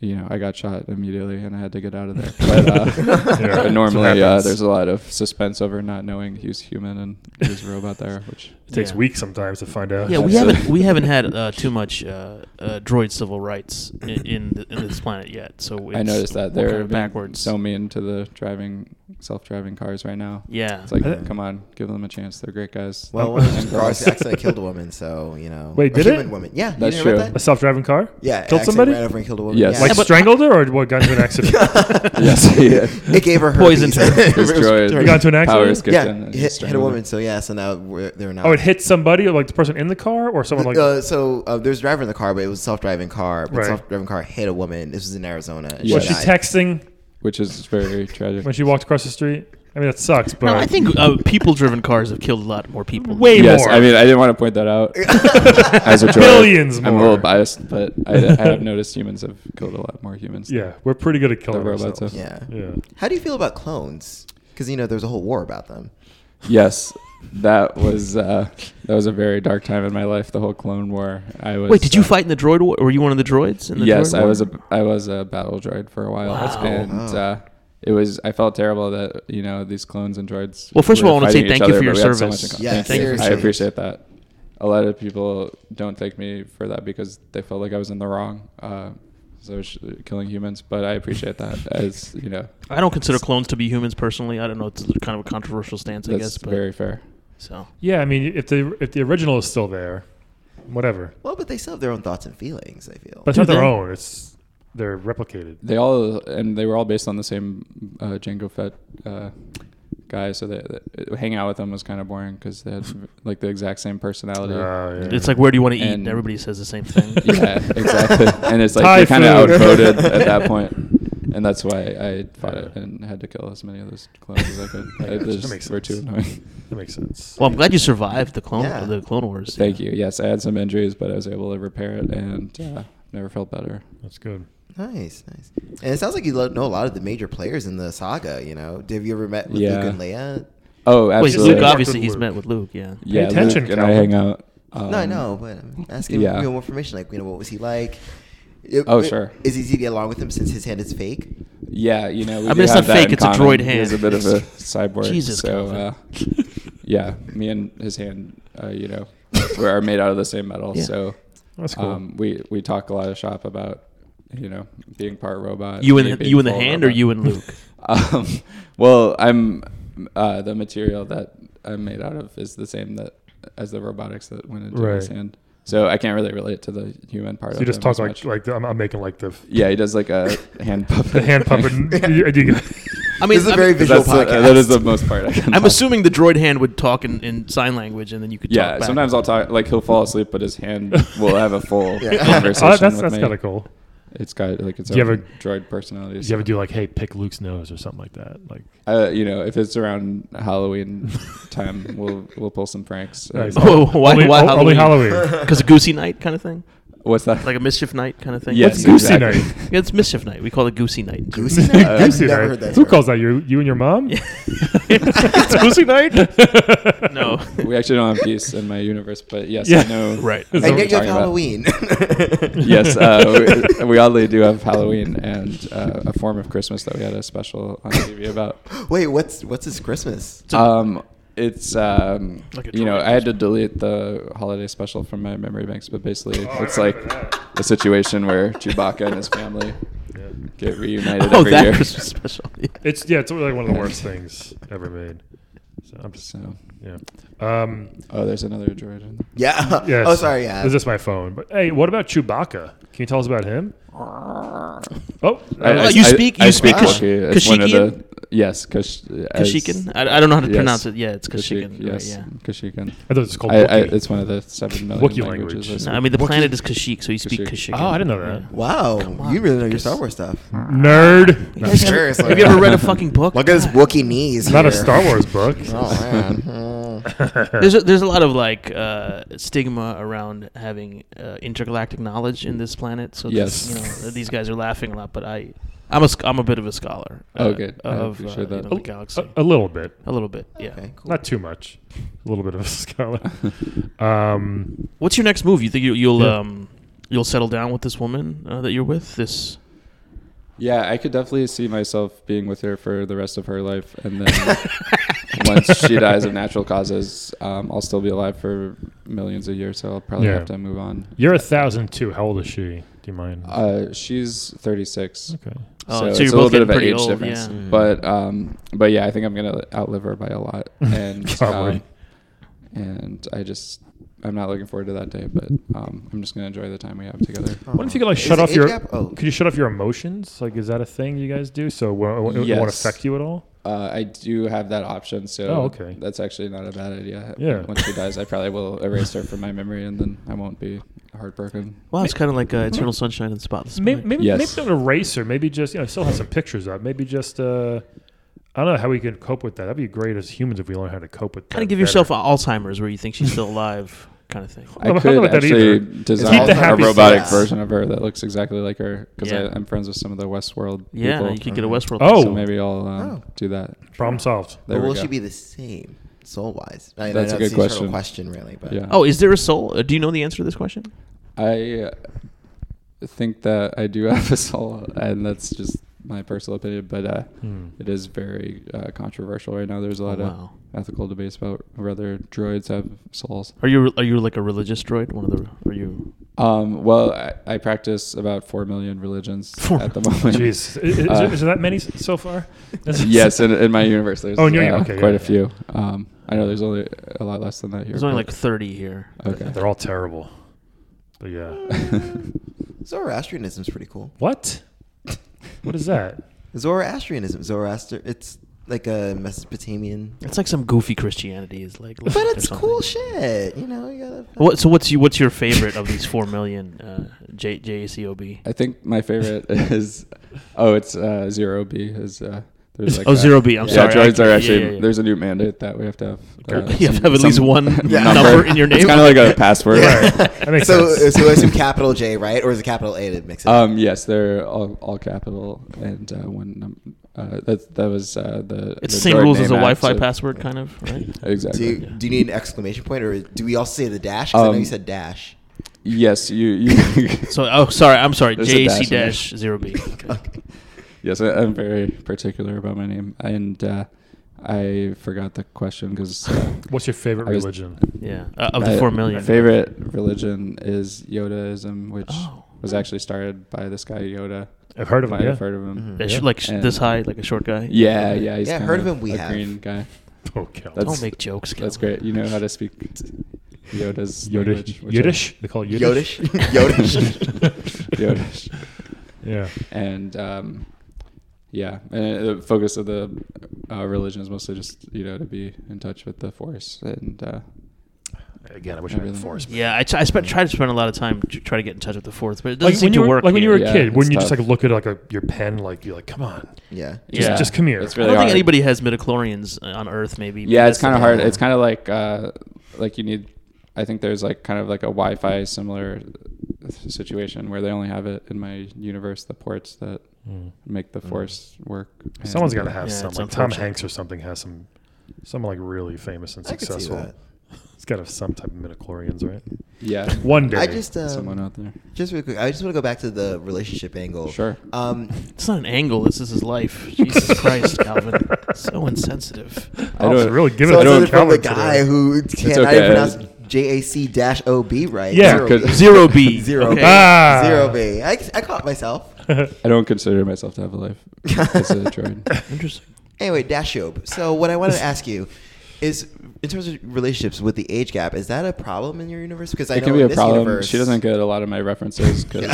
you know I got shot immediately and I had to get out of there. But, uh,
Yeah.
but
That's what
normally uh,
happens.
there's a lot of suspense over not knowing who's human and who's a robot there, which
It takes
Yeah.
weeks sometimes to find out.
Yeah, we
Absolutely.
haven't we haven't had uh, too much uh, uh, droid civil rights in in, the, in this planet yet. So it's,
I noticed that
we're
they're
kind
being
of backwards.
so mean to the driving self-driving cars right now.
yeah,
It's like,
I-
come on, give them a chance. They're great guys.
Uh, Well, one of those cars accidentally killed a woman, so you know.
Wait,
a
did
human
it?
Woman. Yeah, you
That's
didn't hear about
true.
A
that?
self-driving car?
Yeah, it
Killed
accidentally
somebody?
Ran over and killed a woman.
Yes.
Yeah.
Like
Like
Yeah, but-
strangled her, or what? Got into an accident?
yes, yeah.
it gave her
Poisoned
herpes.
her.
It was
Destroyed.
terrible.
you got into an accident.
Powers kicked
yeah,
in
hit,
and just
hit a
strangled
woman.
her.
So yeah, so now we're, they're not.
Oh, it hit somebody, or, like the person in the car, or someone like.
uh, so uh, there's a driver in the car, but it was a self-driving car. But
Right.
self-driving car hit a woman. This was in Arizona. and
Yeah.
was
Was
she
died.
texting
which is very tragic.
when she walked across the street? I mean, that sucks, but
No, I think
Oh.
uh, people-driven cars have killed a lot more people.
way
yes,
more.
I mean I didn't want to point that out as a droid.
Billions
I'm a
more.
little biased, but I, I have noticed humans have killed a lot more humans.
yeah, we're pretty good at killing
The robots
ourselves.
have.
Yeah.
Yeah.
How do you feel about clones? Because you know there's a whole war about them.
Yes, that was uh, that was a very dark time in my life. The whole Clone War. I was.
Wait, did
uh,
you fight in the droid war? Were you one of the droids? In the
yes,
droid
I
war?
was a I was a battle droid for a while, and uh, it was I felt terrible that you know these clones and droids.
Well, first of
were
all, I wanna say
fighting each
thank you
other,
for your
but we had so
service.
much in common.
Yeah,
Thank you.
seriously.
I appreciate that. A lot of people don't thank me for that because they felt like I was in the wrong. Uh, so I was killing humans, but I appreciate that as you know
I don't consider clones to be humans personally. I don't know. It's kind of a controversial stance, I
that's
guess. But
very fair.
so
Yeah, I mean, if the if the original is still there, whatever.
Well, but they still have their own thoughts and feelings. I feel.
But it's
Do
not their
they?
own. It's they're replicated.
They all and they were all based on the same uh, Django Fett uh, guy, so they, they, hang out with them was kind of boring because they had like the exact same personality.
Uh, yeah.
it's like, where do you want to eat?
And-
And everybody says the same thing.
yeah, exactly. And it's like
Thai
they kind of
food.
outvoted at that point, and that's why I fought it and had to kill as many of those clones as I could.
I
I
gotcha.
just
That makes
were too
sense.
annoying.
that makes sense.
Well, I'm glad you survived the clone
Yeah.
the Clone Wars.
Thank
yeah.
you. Yes, I had some injuries, but I was able to repair it and uh, never felt better.
That's good.
nice, nice. And it sounds like you lo- know a lot of the major players in the saga. You know, have you ever met with
Yeah.
Luke and Leia?
Oh,
Wait,
absolutely.
Luke,
Worked
obviously
with
he's
Luke.
met with Luke. Yeah.
yeah,
attention,
Luke and I
Calvin.
hang out. Um,
no, I know, but I'm asking
yeah.
you know, more information. Like, you know, what was he like? It-
Oh,
it-
sure.
Is it easy to get along with him since his hand is fake?
Yeah, you know, we
I mean,
do
it's
have
not
that
fake,
in
it's a
common.
droid
He is a
hand.
bit of a cyborg.
Jesus,
so
Calvin.
uh, yeah, me and his hand, uh, you know, we are made out of the same metal.
Yeah.
So
That's cool.
um, we we talk a lot of shop about you know being part robot.
You
me
and
being
you and the
full
hand, or
robot.
you and Luke?
Um, well, I'm uh, the material that I'm made out of is the same that as the robotics that went into his
Right.
hand. So I can't really relate to the human part.
so
of
you just
him
talk
as
like
much.
like the, I'm, I'm making like the
yeah, he does like a hand puppet.
the hand puppet. you, you get-
I mean,
this is
I
a very
mean,
visual
That's the-
podcast.
that is the most part. I can
I'm
talk.
assuming the droid hand would talk in, in sign language, and then you could.
Yeah,
talk back.
sometimes I'll talk. Like he'll fall asleep, but his hand will have a full
Yeah.
conversation
oh, that's
with
that's
me.
kind of cool.
It's got like its
Do you
own
ever-
droid personality.
Did you ever do like, hey, pick Luke's nose or something like that? Like,
Uh, you know, if it's around Halloween time, we'll we'll pull some pranks. Uh,
nice.
Whoa, why-
only,
why
o- only
Halloween?
Halloween.
because a goosey night kind of thing,
What's that?
like a mischief night kind of thing.
Yes,
What's Goosey
exactly.
Night?
Yeah, it's mischief night. We call it goosey night.
Goosey night? I've
Goosey
never
night.
heard that.
Who
term.
calls that? You you and your mom?
it's goosey night. no.
we actually don't have peace in my universe, but yes,
Yeah.
I know.
Right.
what
And
we're
yet you have
talking about.
Halloween.
yes, uh, we, we oddly do have Halloween and uh, a form of Christmas that we had a special on TV about.
Wait, what's what's his Christmas?
um, it's um,
Like a
you know
droid.
I had to delete the holiday special from my memory banks, but basically
I
it's like
remember that.
a situation where Chewbacca and his family
Yeah.
get reunited
Oh,
every
that
year.
Christmas special. Yeah.
It's yeah, it's like one of the worst things ever made. So I'm just
So,
yeah. Um,
oh, there's another droid. In
Yeah.
yes.
Oh, sorry. Yeah.
Is this my phone? But hey, what about Chewbacca? Can you tell us about him? Oh,
I-
uh,
you speak-
I,
you speak
Kash-
Kash-
it's one of
Kashyyykian?
the yes, Kash, as-
Kashyyykin? I, I don't know how to
yes.
pronounce it. Yeah, it's
Kashyyyk,
Kashyyykin. right,
Yes,
yeah.
Kashyyykin.
I thought it was called.
I, I,
Wookiee.
it's one of the seven million
Wookiee
languages.
language.
No,
I
I mean, the planet is Kashyyyk, so you speak
Kashyyyk.
Kashyyykin.
oh, I didn't know that.
wow. You really know your Star Wars stuff.
Nerd. No,
guys
Seriously.
Have you ever read a fucking book?
Look at his Wookiee knees.
not a
here.
Star Wars book.
Oh man. Mm.
There's a, there's a lot of like uh, stigma around having uh, intergalactic knowledge in this planet. So
Yes.
this, you know these guys are laughing a lot, but I I'm a sc- I'm a bit of a scholar. Uh,
Oh, good. I
Of uh,
appreciate that.
you know, the galaxy,
A, a little bit,
a little bit. Yeah.
Okay. Cool.
not too much. A little bit of a scholar. Um,
What's your next move? You think you, you'll
Yeah.
um you'll settle down with this woman uh, that you're with? This
Yeah, I could definitely see myself being with her for the rest of her life, and then Um, once she dies of natural causes, um, I'll still be alive for millions of years. So I'll probably
Yeah.
have to move on.
you're a thousand two. How old is she? Do you mind?
Uh, she's 36,
okay.
Oh, so
so,
you're
it's a
both
little bit
getting
of an
pretty
age
old,
difference.
yeah.
Mm.
But um, but yeah, I think I'm gonna outlive her by a lot, and
Probably.
um, and I just I'm not looking forward to that day, but um, I'm just gonna enjoy the time we have together.
What if you could like
Is
shut
it
off
age
your?
gap? Oh.
Could you shut off your emotions? Like, is that a thing you guys do? So it, it, won't
Yes.
affect you at all?
Uh, I do have that option, so
Oh, okay.
that's actually not a bad idea.
Yeah.
Once she dies, I probably will erase her from my memory, and then I won't be heartbroken.
wow, it's kind of like uh, Eternal Sunshine and Spotless
Maybe
Mind.
maybe,
Yes.
maybe not an eraser. Maybe just you know, I still have some pictures up. Maybe just uh, I don't know how we could cope with that. That'd be great as humans if we learn how to cope with that.
Kind of give
better.
yourself a Alzheimer's where you think she's still alive, kind of thing.
I
I
don't
could
know about that either.
actually
Keep
design
the
a
happy
robotic
thoughts.
version of her that looks exactly like her because
Yeah.
I'm friends with some of the Westworld
Yeah,
people.
you could get a Westworld.
Oh.
so maybe I'll um,
Oh.
do that.
problem solved.
There
but
we
will
go.
she be the same soul wise? I,
That's a
know
good
it's an eternal
question.
question, really. But
Yeah.
Oh, is there a soul? Uh, Do you know the answer to this question?
I uh, think that I do have a soul, and that's just my personal opinion. But uh,
Hmm.
it is very uh, controversial right now. There's a lot
Wow.
of ethical debates about whether droids have souls.
Are you are you like a religious droid? One of the are you?
Um, well, I, I practice about four million religions
Four-
at the moment.
Jeez, is, is,
Uh,
there- is there that many s- so far?
yes, in, in my universe, there's
Oh, in your
uh,
uni- okay,
quite
yeah,
a few. Um, I know there's only a lot less than that here.
There's only like
but-
30 here.
okay.
they're all terrible. But yeah,
Zoroastrianism is pretty cool.
what? What is that?
Zoroastrianism, Zoroaster, it's like a Mesopotamian,
It's like some goofy Christianity is like.
but it's cool shit. You know, you gotta.
What, so what's you, what's your favorite of these four million uh, J JACOB?
I think my favorite is oh, it's uh, zero B. Is uh, there's like
Oh,
a-
zero B. I'm
yeah,
sorry.
droids
I-
are
yeah,
actually
yeah, yeah.
there's a new mandate that we have to have. uh,
You have to have at least one number in your name.
It's kind of like a password.
Yeah. That makes
so,
sense.
so I assume capital J, right? Or is it capital A that makes it? up?
Um, yes, they're all, all capital and uh, one number. Uh, that that was uh, the.
It's
the
the same
droid
rules as a
name act,
Wi-Fi
so-
password, kind of, right?
Exactly.
do, you, do you need an exclamation point, or do we all say the dash? 'Cause I know
Um,
you said dash.
Yes, you. you
So, oh, sorry, I'm sorry,
There's a dash
JAC
in there.
dash zero B.
Yes, I, I'm very particular about my name, and uh, I forgot the question because uh,
What's your favorite
I was-
religion?
Yeah, uh, of the
my-
four million.
My favorite religion is Yodaism, which
Oh.
was actually started by this guy Yoda.
I've heard of
Might
it. Yeah.
have heard of him.
That
Yeah.
sh- like sh-
And-
this high, like a short guy.
Yeah, yeah, he's
Yeah,
kind
heard of him we
a
have.
green guy.
Oh, Kel.
That's-
Don't make jokes.
That's
Calvin.
great. You know how to speak Yoda's
Yodish.
language, which
Yiddish. They call it Yiddish.
Yodish, Yodish.
I- Yodish.
Yeah.
and um, yeah, and the focus of the uh, religion is mostly just you know to be in touch with the force and uh,
Again, I wish I had the force.
Yeah, I, t- I spent, tried to spend a lot of time to try to get in touch with the fourth, but it doesn't
Like
seem
when,
to
you were,
work.
like when you were
here.
a
Yeah,
kid, wouldn't you just
it's tough.
like look at like a, your pen, like you're like, come on,
yeah.
just,
Yeah.
just come here.
It's
I
really
don't
hard.
think anybody has midichlorians uh, on Earth. Maybe.
yeah,
but
it's kind
that's
of hard.
the-
It's kind of like uh, like you need. I think there's like kind of like a Wi-Fi similar situation where they only have it in my universe the ports that
Mm.
make
Hmm.
the force work.
Someone's got
And,
to have
Yeah,
some.
it's
Like Tom
unfortunate.
Hanks or something has some, someone like really famous and
I could see
successful.
that.
He's got to have some type of midichlorians, right?
yeah
One day.
I just um,
someone out there.
Just real quick, I just want to go back to the relationship angle.
Sure.
Um,
It's not an angle. This is his life. Jesus Christ, Calvin. So insensitive.
I
Oh,
don't-
so really give it
so it's
to
either from the
Calvin
guy
today.
who can't
okay.
I even pronounce J A C dash O B right.
Yeah,
B.
'cause-
Zero B.
Zero
okay.
B.
Ah.
Zero B. I, I caught myself.
I don't consider myself to have a life as a droid.
Oh, Interesting.
Anyway, Dashobe. So what I wanted to ask you is, in terms of relationships with the age gap, is that a problem in your universe? Because I
It
know
can be
in
a
this
problem.
universe,
She doesn't get a lot of my references because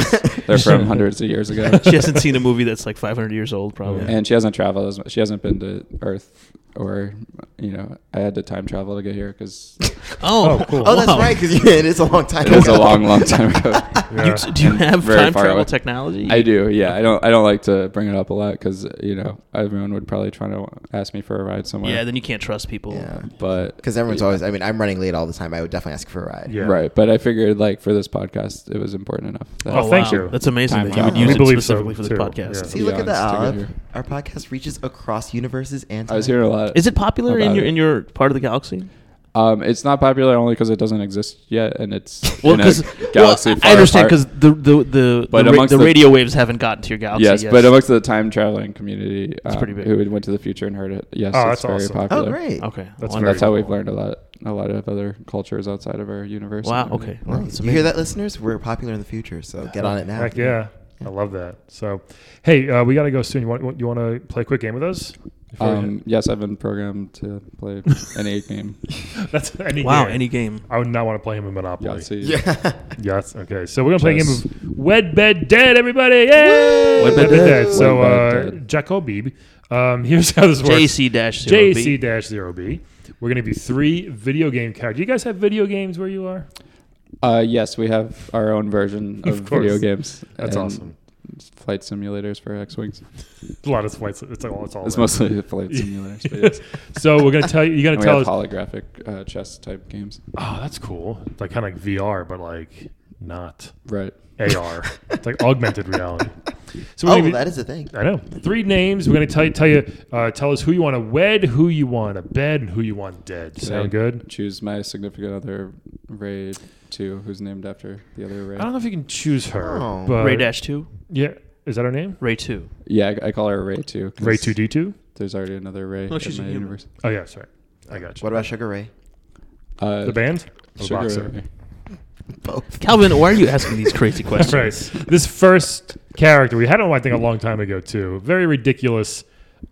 they're
Sure.
from hundreds of years ago.
She hasn't seen a movie that's like 500 years old, probably.
Yeah.
and she hasn't traveled as much. She hasn't been to Earth, or you know, I had to time travel to get here because
Oh,
Oh, cool.
Oh, that's
wow.
right. Because it is a long time.
it was a
ago.
long, long time ago.
Yeah.
You, do you
And
have
very
time
far
travel
away.
technology?
I do, yeah. I don't, I don't like to bring it up a lot because you know everyone would probably try to ask me for a ride somewhere.
Yeah, then you can't trust people.
Yeah.
but
Because everyone's always. I mean, I'm running late all the time. I would definitely ask for a ride.
Yeah.
right. But I figured like for this podcast, it was important enough. That
Oh, thank you.
That's amazing
Time
that you would
out.
use
We
it
believe so,
specifically for this
too.
podcast.
See,
Yeah.
look at that.
Beyond
Olive.
together.
Our podcast reaches across universes and.
I was
time.
hearing a lot.
Is it popular in
About
your
it.
in your part of the galaxy?
Um, it's not popular only because it doesn't exist yet, and it's
Well,
in a
because
galaxy.
I
far
understand
apart.
because the the the,
But
the, ra-
amongst
the
the-
radio waves haven't gotten to your galaxy.
yes, but amongst the time traveling community,
It's
um,
pretty big.
who had went to the future and heard it, yes,
Oh, that's
it's very
awesome.
popular.
Oh, great.
okay,
That's
wonderful.
very
That's how we've
cool.
learned a lot, a lot of other cultures outside of our universe.
Wow.
and
Okay.
everything.
Wow, that's
You hear
amazing.
that, listeners? We're popular in the future, so get on it now.
Heck yeah. I love that. So, hey, uh, we got to go soon. You want you want to play a quick game with us? Before we
Um, yes, I've been programmed to play an eight game.
hit- that's any
Wow.
game.
Any game.
I would not want to play him in Monopoly.
Yahtzee.
Yeah.
Yes. Okay. So we're gonna play a game
Chess.
of Wed Bed Dead. Everybody, yay!
Wed, Bed, Dead.
So
Wed, Bed,
uh,
Dead.
Jacobi. Um, here's how this works.
JC dash
JC dash zero B. We're gonna do three video game characters. You guys have video games where you are?
Uh, yes, we have our own version
Of
of, video
course.
games.
That's
and
awesome.
flight simulators for X wings.
It's a lot of flights. It's all. It's all.
It's
that.
mostly flight simulators. But yes.
so we're gonna tell you. You're
and
gonna
we
tell
have
us.
holographic uh, chess type games.
Oh, that's cool. It's like kind of like VR, but like not
Right.
AR. it's like augmented reality. So
Oh,
gonna be-
that is a thing.
I know. Three names. We're gonna tell you, tell you, uh, tell us who you want to wed, who you want to bed, and who you want dead. Sound
I
good?
Choose my significant other, Ray, too, who's named after the other Ray.
I don't know if you can choose her.
Oh.
but-
Ray Dash Two,
Yeah, is that her name?
Ray Two.
Yeah, I, I call her Ray too. 'cause
Ray two D two.
There's already another Ray
Oh, she's
in
a
my
human.
universe.
Oh yeah, sorry. I got you.
What about Sugar Ray?
Uh,
the band? Or
Sugar
boxer?
Ray.
Both.
Calvin, why are you asking these crazy questions?
right. This first character we had him, I think, a long time ago too. Very ridiculous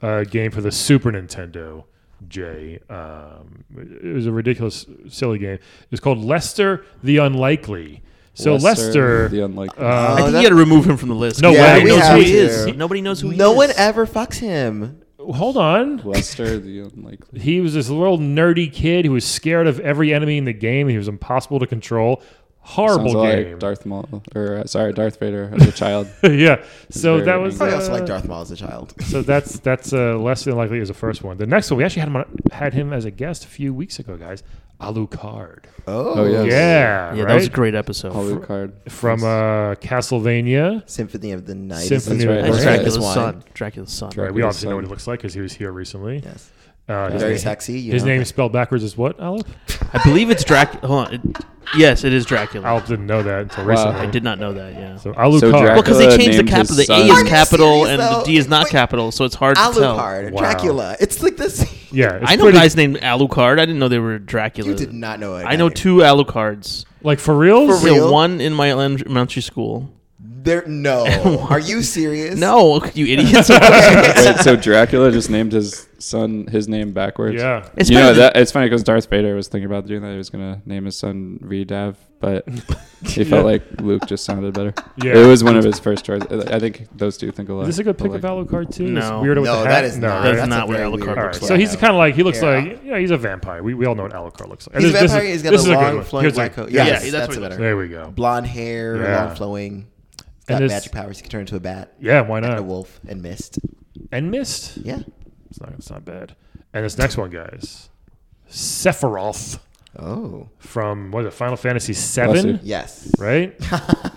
uh, game for the Super Nintendo. Jay, um, it was a ridiculous, silly game. It was called Lester the Unlikely. So Lester,
the unlikely.
uh,
Oh,
I think
that-
you got to remove him from the list.
No
Nobody
way. Yeah, we
knows who
have
he
to.
is. Nobody knows who he
No
is.
one ever fucks him.
hold on.
Lester the unlikely.
He was this little nerdy kid who was scared of every enemy in the game. He was impossible to control.
Sounds
Horrible game.
like Darth Maul, or uh, sorry, Darth Vader as a child.
yeah. So
very
that was.
angry.
Probably also
uh,
like Darth Maul as a child.
So that's that's uh, less than likely is the first one. The next one we actually had him on, had him as a guest a few weeks ago, guys. Alucard.
Oh,
yes.
Yeah.
Yeah,
right?
that was a great episode.
Alucard.
From uh, Castlevania.
Symphony of the Night.
Symphony
That's
of
right.
the Night.
That's
Right.
Dracula's
One.
son. Dracula's son.
Right,
Dracula's
We obviously know
son.
what he looks like because he was here recently.
Yes.
Uh, his
Very
name-
sexy. You
His
know.
name spelled backwards is what, Alp?
I believe it's Dracula. Hold on. It- yes, it is Dracula.
Alp didn't know that until
Wow.
recently.
I did not know that. Yeah.
So Alucard.
So
well, because they
Dracula
changed the
named his
capital. The
son-
A is
Are you
capital
serious,
and the
though?
D is not
Wait.
capital, so it's hard to tell.
Alucard,
Wow.
Dracula. It's like this.
yeah. it's
I know
pretty-
guys named Alucard. I didn't know they were Dracula.
You did not know it.
I know two Alucards.
Like for reals?
For
Yeah,
Real?
one in my elementary elementary school.
There, no. Are you serious?
No, you idiots.
Wait, so Dracula just named his son his name backwards.
Yeah.
It's
you know
better
that it's funny because Darth Vader was thinking about doing that. He was gonna name his son Redav, but he felt like Luke just sounded better.
Yeah.
it was one of his first choices. I I think those two think alike.
Is this a good
but
pick
like,
of Alucard too? This
No.
weirdo with
No,
the hat?
that is not.
right?
That's
a
not what
very
Alucard
weird
looks
All
like.
right,
picture.
so he's
Yeah.
kind of like he looks
Yeah.
like yeah, he's a vampire. We, we all know what Alucard looks like.
He's a
This- this-
vampire. He's got
this is
a
good
long,
one.
flowing
Here's a-
black coat.
Yeah,
Yes,
yeah, that's
that's,
what
a
it
better.
There we go.
Blonde hair,
Yeah.
long flowing.
And
Got
this-
magic powers. He can turn into a bat.
Yeah, why
And a
not?
wolf and mist.
And missed.
Yeah.
It's not. It's not bad. And this next one, guys, Sephiroth
Oh.
from what is it? Final Fantasy
you.
Seven,
Yes.
right?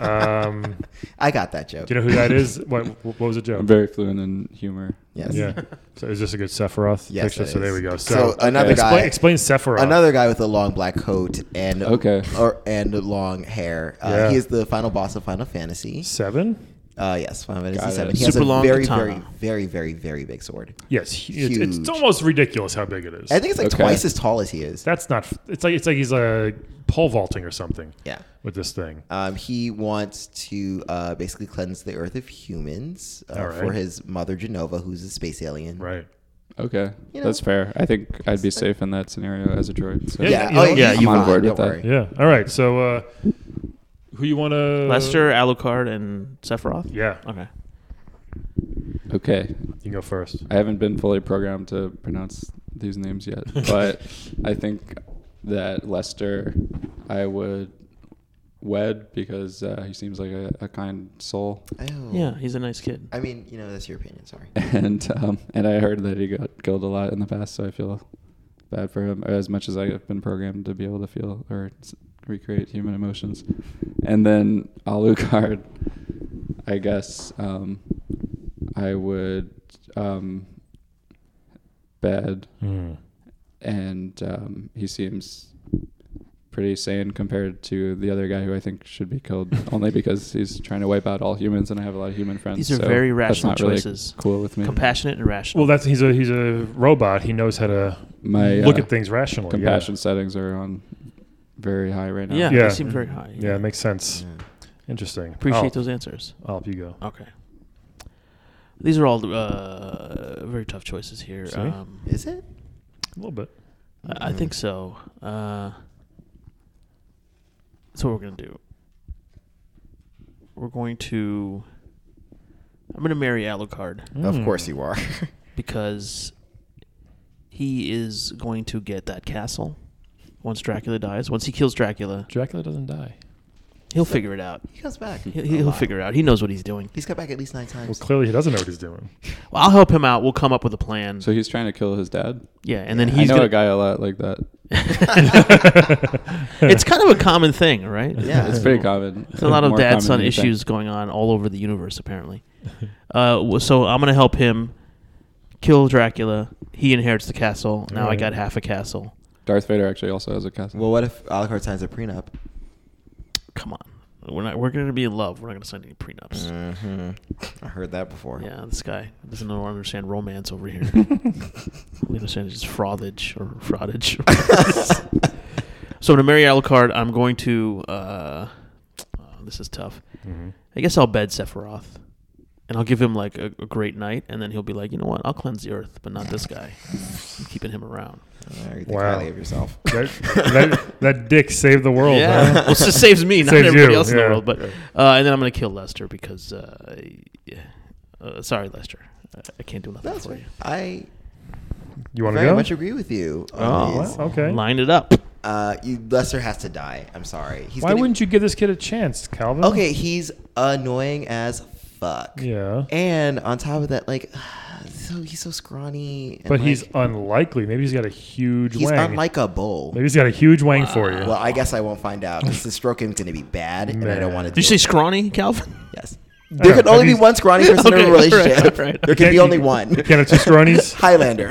um,
I got that joke.
do you know who that is? What, what was the joke?
I'm very fluent in humor.
yes.
yeah. So is this a good Sephiroth
Yes,
picture?
that
So there we
is.
go. So,
So, another
explain,
guy.
explain Sephiroth.
Another guy with a long black coat and
Okay.
or and long hair. Uh,
Yeah.
He is the final boss of Final Fantasy.
seven.
Uh, yes, Final
Got
Fantasy
it.
Seven. He has
Super
a
long
very, very,
katana.
very, very, very big sword.
Yes, hu- it's, it's
Huge.
almost ridiculous how big it is.
I think it's like
Okay.
twice as tall as he is.
That's not. f- It's like it's like he's uh, pole vaulting or something
Yeah.
with this thing.
Um, he wants to uh, basically cleanse the earth of humans uh,
All right.
for his mother Genova, who's a space alien.
Right.
Okay,
You
that's
know.
fair. I think I'd be safe in that scenario as a droid. So.
Yeah.
Yeah,
you know,
oh,
yeah,
he's
I'm on
fine,
board
don't
with
worry.
that.
Yeah. All right. So, uh, who you want to?
Lester, Alucard, and Sephiroth.
Yeah,
Okay.
Okay,
you can go first.
I haven't been fully programmed to pronounce these names yet, but I think that Lester, I would wed because uh, he seems like a, a kind soul,
Oh.
Yeah, he's a nice kid.
I mean, you know, that's your opinion. Sorry.
and um, and I heard that he got killed a lot in the past, so I feel bad for him as much as I have been programmed to be able to feel or s- recreate human emotions, and then Alucard, I guess um, I would um, bed.
Hmm.
and um, he seems pretty sane compared to the other guy who I think should be killed only because he's trying to wipe out all humans, and I have a lot of human friends.
These are
so
very
that's
rational
not really
choices.
cool with me.
Compassionate and rational.
Well, that's he's a he's a robot. He knows how to
My
Mm. look
uh,
at things rationally. yeah.
compassion settings are on very high right now.
yeah,
Yeah.
they seem very high.
Yeah, oh. it makes sense. Interesting.
Appreciate
Alp,
those Oh. answers.
Alp, you go.
Okay. These are all uh, very tough choices here.
See?
Um,
Is it?
A little bit.
I I think so. Uh, that's what we're gonna do. We're going to. I'm gonna marry Alucard
Hmm.
Of course you are.
because he is going to get that castle once Dracula dies. Once he kills Dracula,
Dracula doesn't die.
He'll figure it out.
He comes back.
He'll,
a
he'll
lot.
figure it out. He knows what he's doing.
He's come back at least nine
Well,
times.
clearly he doesn't know what he's doing.
Well, I'll help him out. We'll come up with a plan.
So he's trying to kill his dad.
yeah, and then
I
he's
know
gonna,
a guy a lot like that.
it's kind of a common thing, right?
Yeah.
It's pretty common.
There's a lot of
More
dad
common
son
than you think.
issues going on all over the universe, apparently. Uh, w- so I'm gonna help him kill Dracula. He inherits the castle. Now I
Alright.
got half a castle.
Darth Vader actually also has a castle.
Well, what if Alucard signs a prenup?
Come on, we're not. We're gonna be in love. We're not gonna sign any prenups.
Mm,
Mm-hmm. I heard that before. Uh,
Yeah, this guy doesn't know understand romance over here. All he understands is fraudage or fraudage. so to marry Alucard, I'm going to. Uh, oh, this is tough.
Mm-hmm.
I guess I'll bed Sephiroth, and I'll give him like a, a great night, and then he'll be like, you know what? I'll cleanse the earth, but not this guy. I'm keeping him around.
Uh, you think
Wow.
highly of yourself.
That, that, that dick saved the world.
yeah,
huh?
well, it just saves me, not
Saves
everybody
you,
else in
yeah.
the world. But uh, and then I'm gonna kill Lester because, uh, yeah. uh, sorry, Lester, I, I can't do nothing
That's
for
right.
you.
I
You want to
very
go?
much agree with you. on
Oh,
these.
wow. okay.
Line it up.
Uh, you, Lester has to die. I'm sorry. He's
Why
gonna-
wouldn't you give this kid a chance, Calvin?
Okay, he's annoying as fuck.
Yeah.
And on top of that, like, so he's so scrawny. and,
But he's
like,
unlikely. Maybe he's got a huge
he's
wang.
unlikable.
Maybe he's got a huge wang for you.
Well, I guess I won't find out. This is stroke is going to be bad, and I don't want to.
Did you say scrawny, Calvin?
yes? There
Yeah,
could
but
only be
he's-
one scrawny person
Okay,
in a
all right,
relationship.
all right.
There
Can't
can be
you-
only one.
Can't have two scrawnies?
Highlander.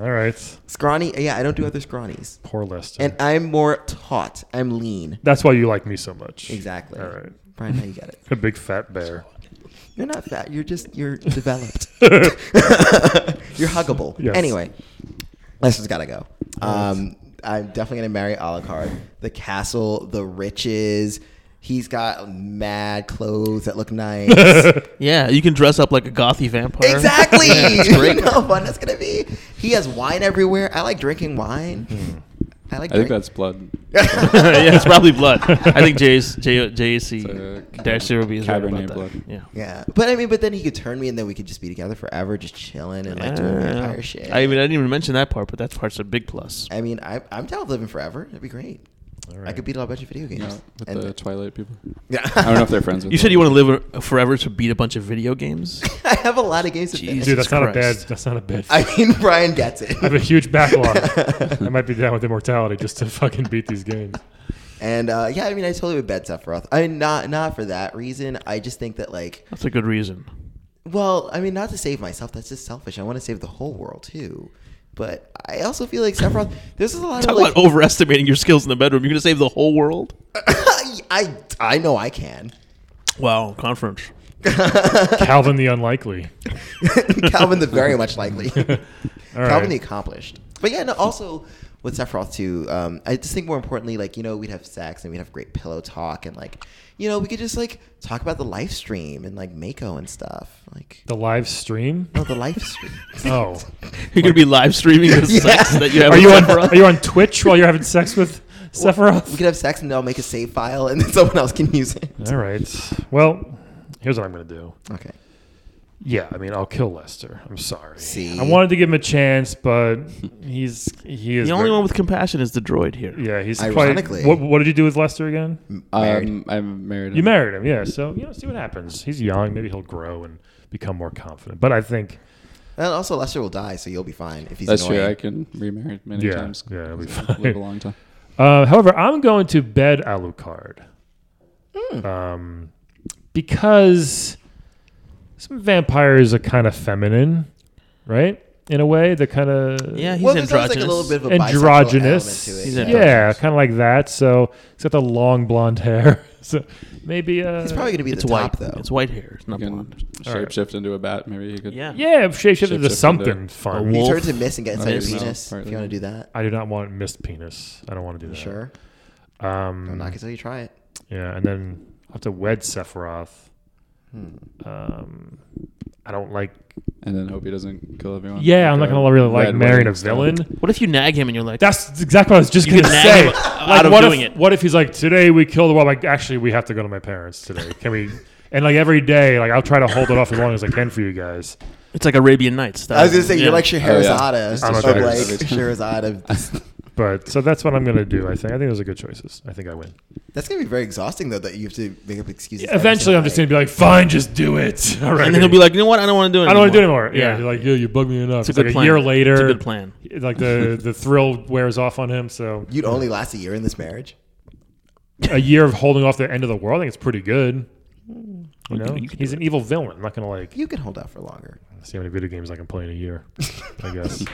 All right.
scrawny. Yeah, I don't do other scrawnies.
Poor Lester.
And I'm more taut. I'm lean.
That's why you like me so much.
Exactly.
All right.
Brian, now you got it.
A big fat bear.
You're not fat. You're just you're developed. you're huggable.
Yes.
Anyway, Lester's gotta go. Um, I'm definitely gonna marry Alucard. The castle, the riches. He's got mad clothes that look nice.
Yeah, you can dress up like a gothy vampire.
exactly.
Yeah, it's
you
great.
know how fun that's gonna be. He has wine everywhere. I like drinking wine.
Hmm.
Hmm.
I like.
I
drink-
think that's blood.
yeah, it's probably blood. I think JAC
a ca-
Dash Zero B is right
Cabernet
about
blood.
that. Yeah.
Yeah, but I mean, but then he could turn me, and then we could just be together forever, just chilling and like doing
Yeah.
vampire shit.
Uh, I mean, I didn't even mention that part, but that part's a big plus.
I mean, I, I'm down with living forever. That'd be great.
All
I
right.
could beat up a bunch of video
You
games.
know, with
And-
the Twilight people.
yeah.
I don't know if they're friends with
You said
them.
you want to live forever to beat a bunch of video games.
I have a lot of games to finish.
Jesus
Dude, that's not a bad.
Christ.
That's not a bad. I
I mean, Brian gets it.
have a huge backlog. I might be down with immortality just to fucking beat these games.
and uh, yeah, I mean, I totally would bet Sephiroth. I mean, not not for that reason. I just think that like,
That's a good reason.
well, I mean, not to save myself. That's just selfish. I want to save the whole world too. But I also feel like Sephiroth. There's just a lot
Talk
of like,
about overestimating your skills in the bedroom. You're gonna save the whole world.
I I know I can.
Wow, conference.
Calvin the unlikely.
Calvin the very much likely.
All right.
Calvin the accomplished. But yeah, no, also with Sephiroth too, um, I just think more importantly, like, you know, we'd have sex and we'd have great pillow talk and like, you know, we could just like talk about the live stream and like Mako and stuff. Like
the live stream.
no, the live stream.
Oh,
You're gonna be live streaming the
Yeah.
sex that you have.
are
with
you on?
Sephiroth?
Are you on Twitch while you're having sex with
we
Sephiroth?
could have sex and they'll make a save file and then someone else can use it.
All right. Well, here's what I'm gonna do.
Okay.
Yeah, I mean, I'll kill Lester. I'm sorry.
See?
I wanted to give him a chance, but he's he is
The only
very-
one with compassion is the droid here.
Yeah, he's
Ironically.
Quite, what, what did you do with Lester again?
Married.
Um, I'm married.
You married him, yeah. So you know, see what happens. He's young. Maybe he'll grow and become more confident. But I think,
And also Lester will die, so you'll be fine if he's
That's
annoying.
true. I can remarry many
Yeah,
times.
yeah, it'll be
Live
fine.
a long time.
uh, however, I'm going to bed Alucard,
Hmm.
um, because some vampires are kind of feminine, right? In a way, they're kind of
Yeah, he's
well, there's always
androgynous.
like a little bit of a bisexual
androgynous.
element to it.
He's
yeah.
androgynous.
yeah, kind of like that. So he's got the long blonde hair. so maybe uh,
He's probably gonna be
it's
the
white
top though.
It's white hair. It's not
You can
blonde.
Alright.
shapeshift into a bat. Maybe you could.
Yeah.
yeah shapeshifted
Shapeshifted
into something fun.
He
wolf.
turns to mist and get inside your
Mist.
penis. If
Oh, Partly.
you want to do that,
I do not want missed penis. I don't want to do that.
sure.
Um,
I'm not gonna tell you try it.
Yeah, and then I'll have to wed Sephiroth.
Hmm.
Um, I don't like.
And then hope he doesn't kill everyone.
Yeah, I'm not
Like a
gonna really like
red
marrying a
wedding style.
villain.
What if you nag him and you're like,
That's exactly what I was just
You
gonna
can nag
say.
him out of
what
doing
if,
it.
What if he's like, today we kill the world. Like, actually, we have to go to my parents today. Can we? And like every day, like I'll try to hold it off as long as I can for you guys.
it's like Arabian Nights.
I was gonna say
Yeah.
you're like
Oh, yeah.
Scheherazade,
Just
of
distracted
like
every time.
Scheherazade of
But so that's what I'm gonna do. I think. I think those are good choices. I think I win.
That's gonna be very exhausting though. That you have to make up excuses. every
Eventually,
single
I'm just
night.
gonna be like, fine, just do it. All right.
And then he'll be like, you know what? I don't want to do it.
I don't want to do it
anymore."
anymore. Yeah, you're like, yeah, you bugged me enough.
It's a
It's,
good
like
plan.
a year later.
It's a good plan.
Like the the thrill wears off on him. So
You'd only last a year in this marriage.
a year of holding off the end of the world, I think it's pretty good. You know,
Mm, you can
he's an evil villain. I'm not gonna like
You can hold out for longer.
see how many video games I can play in a year. I guess.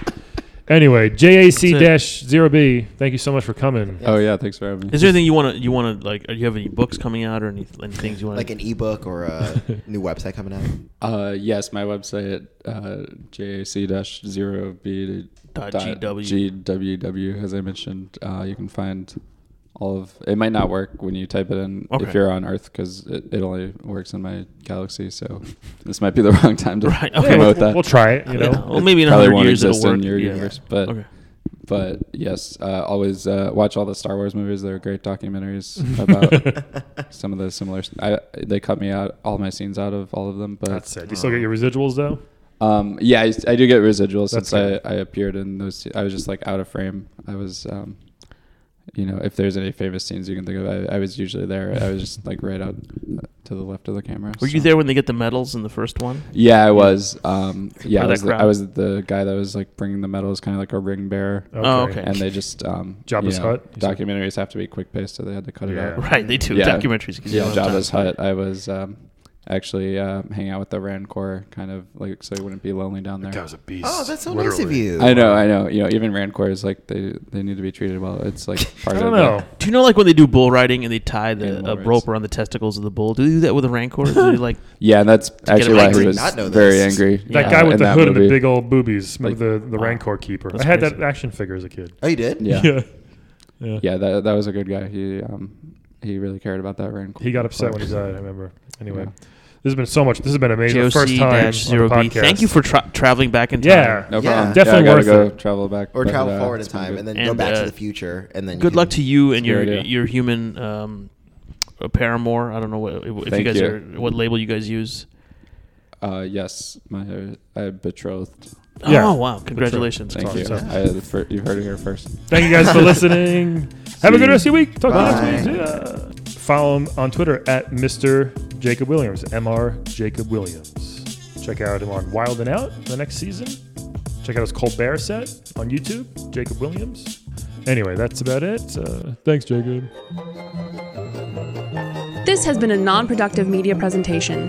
Anyway, JAC-0B, thank you so much for coming.
Oh yeah, thanks for having me.
Is there anything you want to you want to like? Do you have any books coming out or any, any things you want?
Like an ebook or a new website coming out.
Uh, yes, my website uh, jac-0b
Dot GW.
gww as I mentioned. Uh, you can find all of it. Might not work when you type it in
Okay.
if you're on Earth because it, it only works in my galaxy. So this might be the wrong time to
Right, okay.
Yeah, we'll,
promote that.
we'll try it. You know,
well, maybe in
Probably
100
won't
years it'll
exist
work.
in your
Yeah.
universe, but
Okay.
but yes, uh, always uh, watch all the Star Wars movies. They're great documentaries about some of the similar. I, they cut me out all my scenes out of all of them, but
that's it. You still get your residuals though.
um, yeah, I, I do get residuals
That's
since I, I appeared in those. I was just like out of frame. I was, um, you know, if there's any famous scenes you can think of, I, I was usually there. I was just like right out uh, to the left of the camera.
Were you
so.
there when they get the medals in the first one?
Yeah, I was. Um, yeah,
For
I
that
was, the, I
crowd.
was the guy that was like bringing the medals, kind of like a ring bearer.
Oh, okay.
And they just um,
Jabba's
you know,
Hutt?
documentaries have to be quick paced, so they had to cut
Yeah.
it out.
Right, they do
Yeah.
documentaries. 'cause you
Yeah,
don't have
Jabba's
time.
Hut. I was um, actually uh, hanging out with the Rancor, kind of like so he wouldn't be lonely down there.
That was a beast.
Oh, that's so nice of
literally.
you.
I know, I know. You know, even Rancor is like they they need to be treated well. It's like part
I don't
of
know.
It.
Do you know like when they do bull riding and they tie the
Animal
a
rights.
rope around the testicles of the bull? Do they do that with a rancor? do they, like
Yeah, and that's actually
him
why
angry.
he
I did
was
not know
very
this.
angry.
That
uh,
guy with
in
the
that
hood and the
movie.
big old boobies, remember the the
wow.
Rancor keeper.
That's
I had that
crazy.
action figure as a kid.
Oh, you did?
Yeah.
Yeah.
Yeah, that that was a good guy. He um he really cared about that Rancor.
He got upset when he died. I remember. Anyway, this has been so much. This has been amazing. The first time on the
JOC-0B.
podcast.
Thank you for tra- traveling back in time.
Yeah.
No
Yeah.
problem.
Definitely
yeah, I
worth
gotta go
it.
travel back
Or
but,
travel
uh,
forward in
it's been
time
good.
and then
And,
go back
uh,
to the future and then.
Good luck to you and
It's a
your
good idea.
your human um, uh, paramour. I don't know what if
Thank
you guys
you.
are what label you guys use.
Uh, yes, my uh, I betrothed.
Yeah.
Oh wow! Congratulations.
Thank
Carl.
you.
awesome.
I, the fir- you heard it here first.
Thank you guys for listening. Have a good rest of your week. Talk to you next
Bye.
week. Yeah. Follow him on Twitter at Mr. Jacob Williams, Mr. Jacob Williams. Check out him on Wild and Out for the next season. Check out his Colbert set on YouTube, Jacob Williams. Anyway, that's about it. Uh, thanks, Jacob.
This has been a non productive media presentation.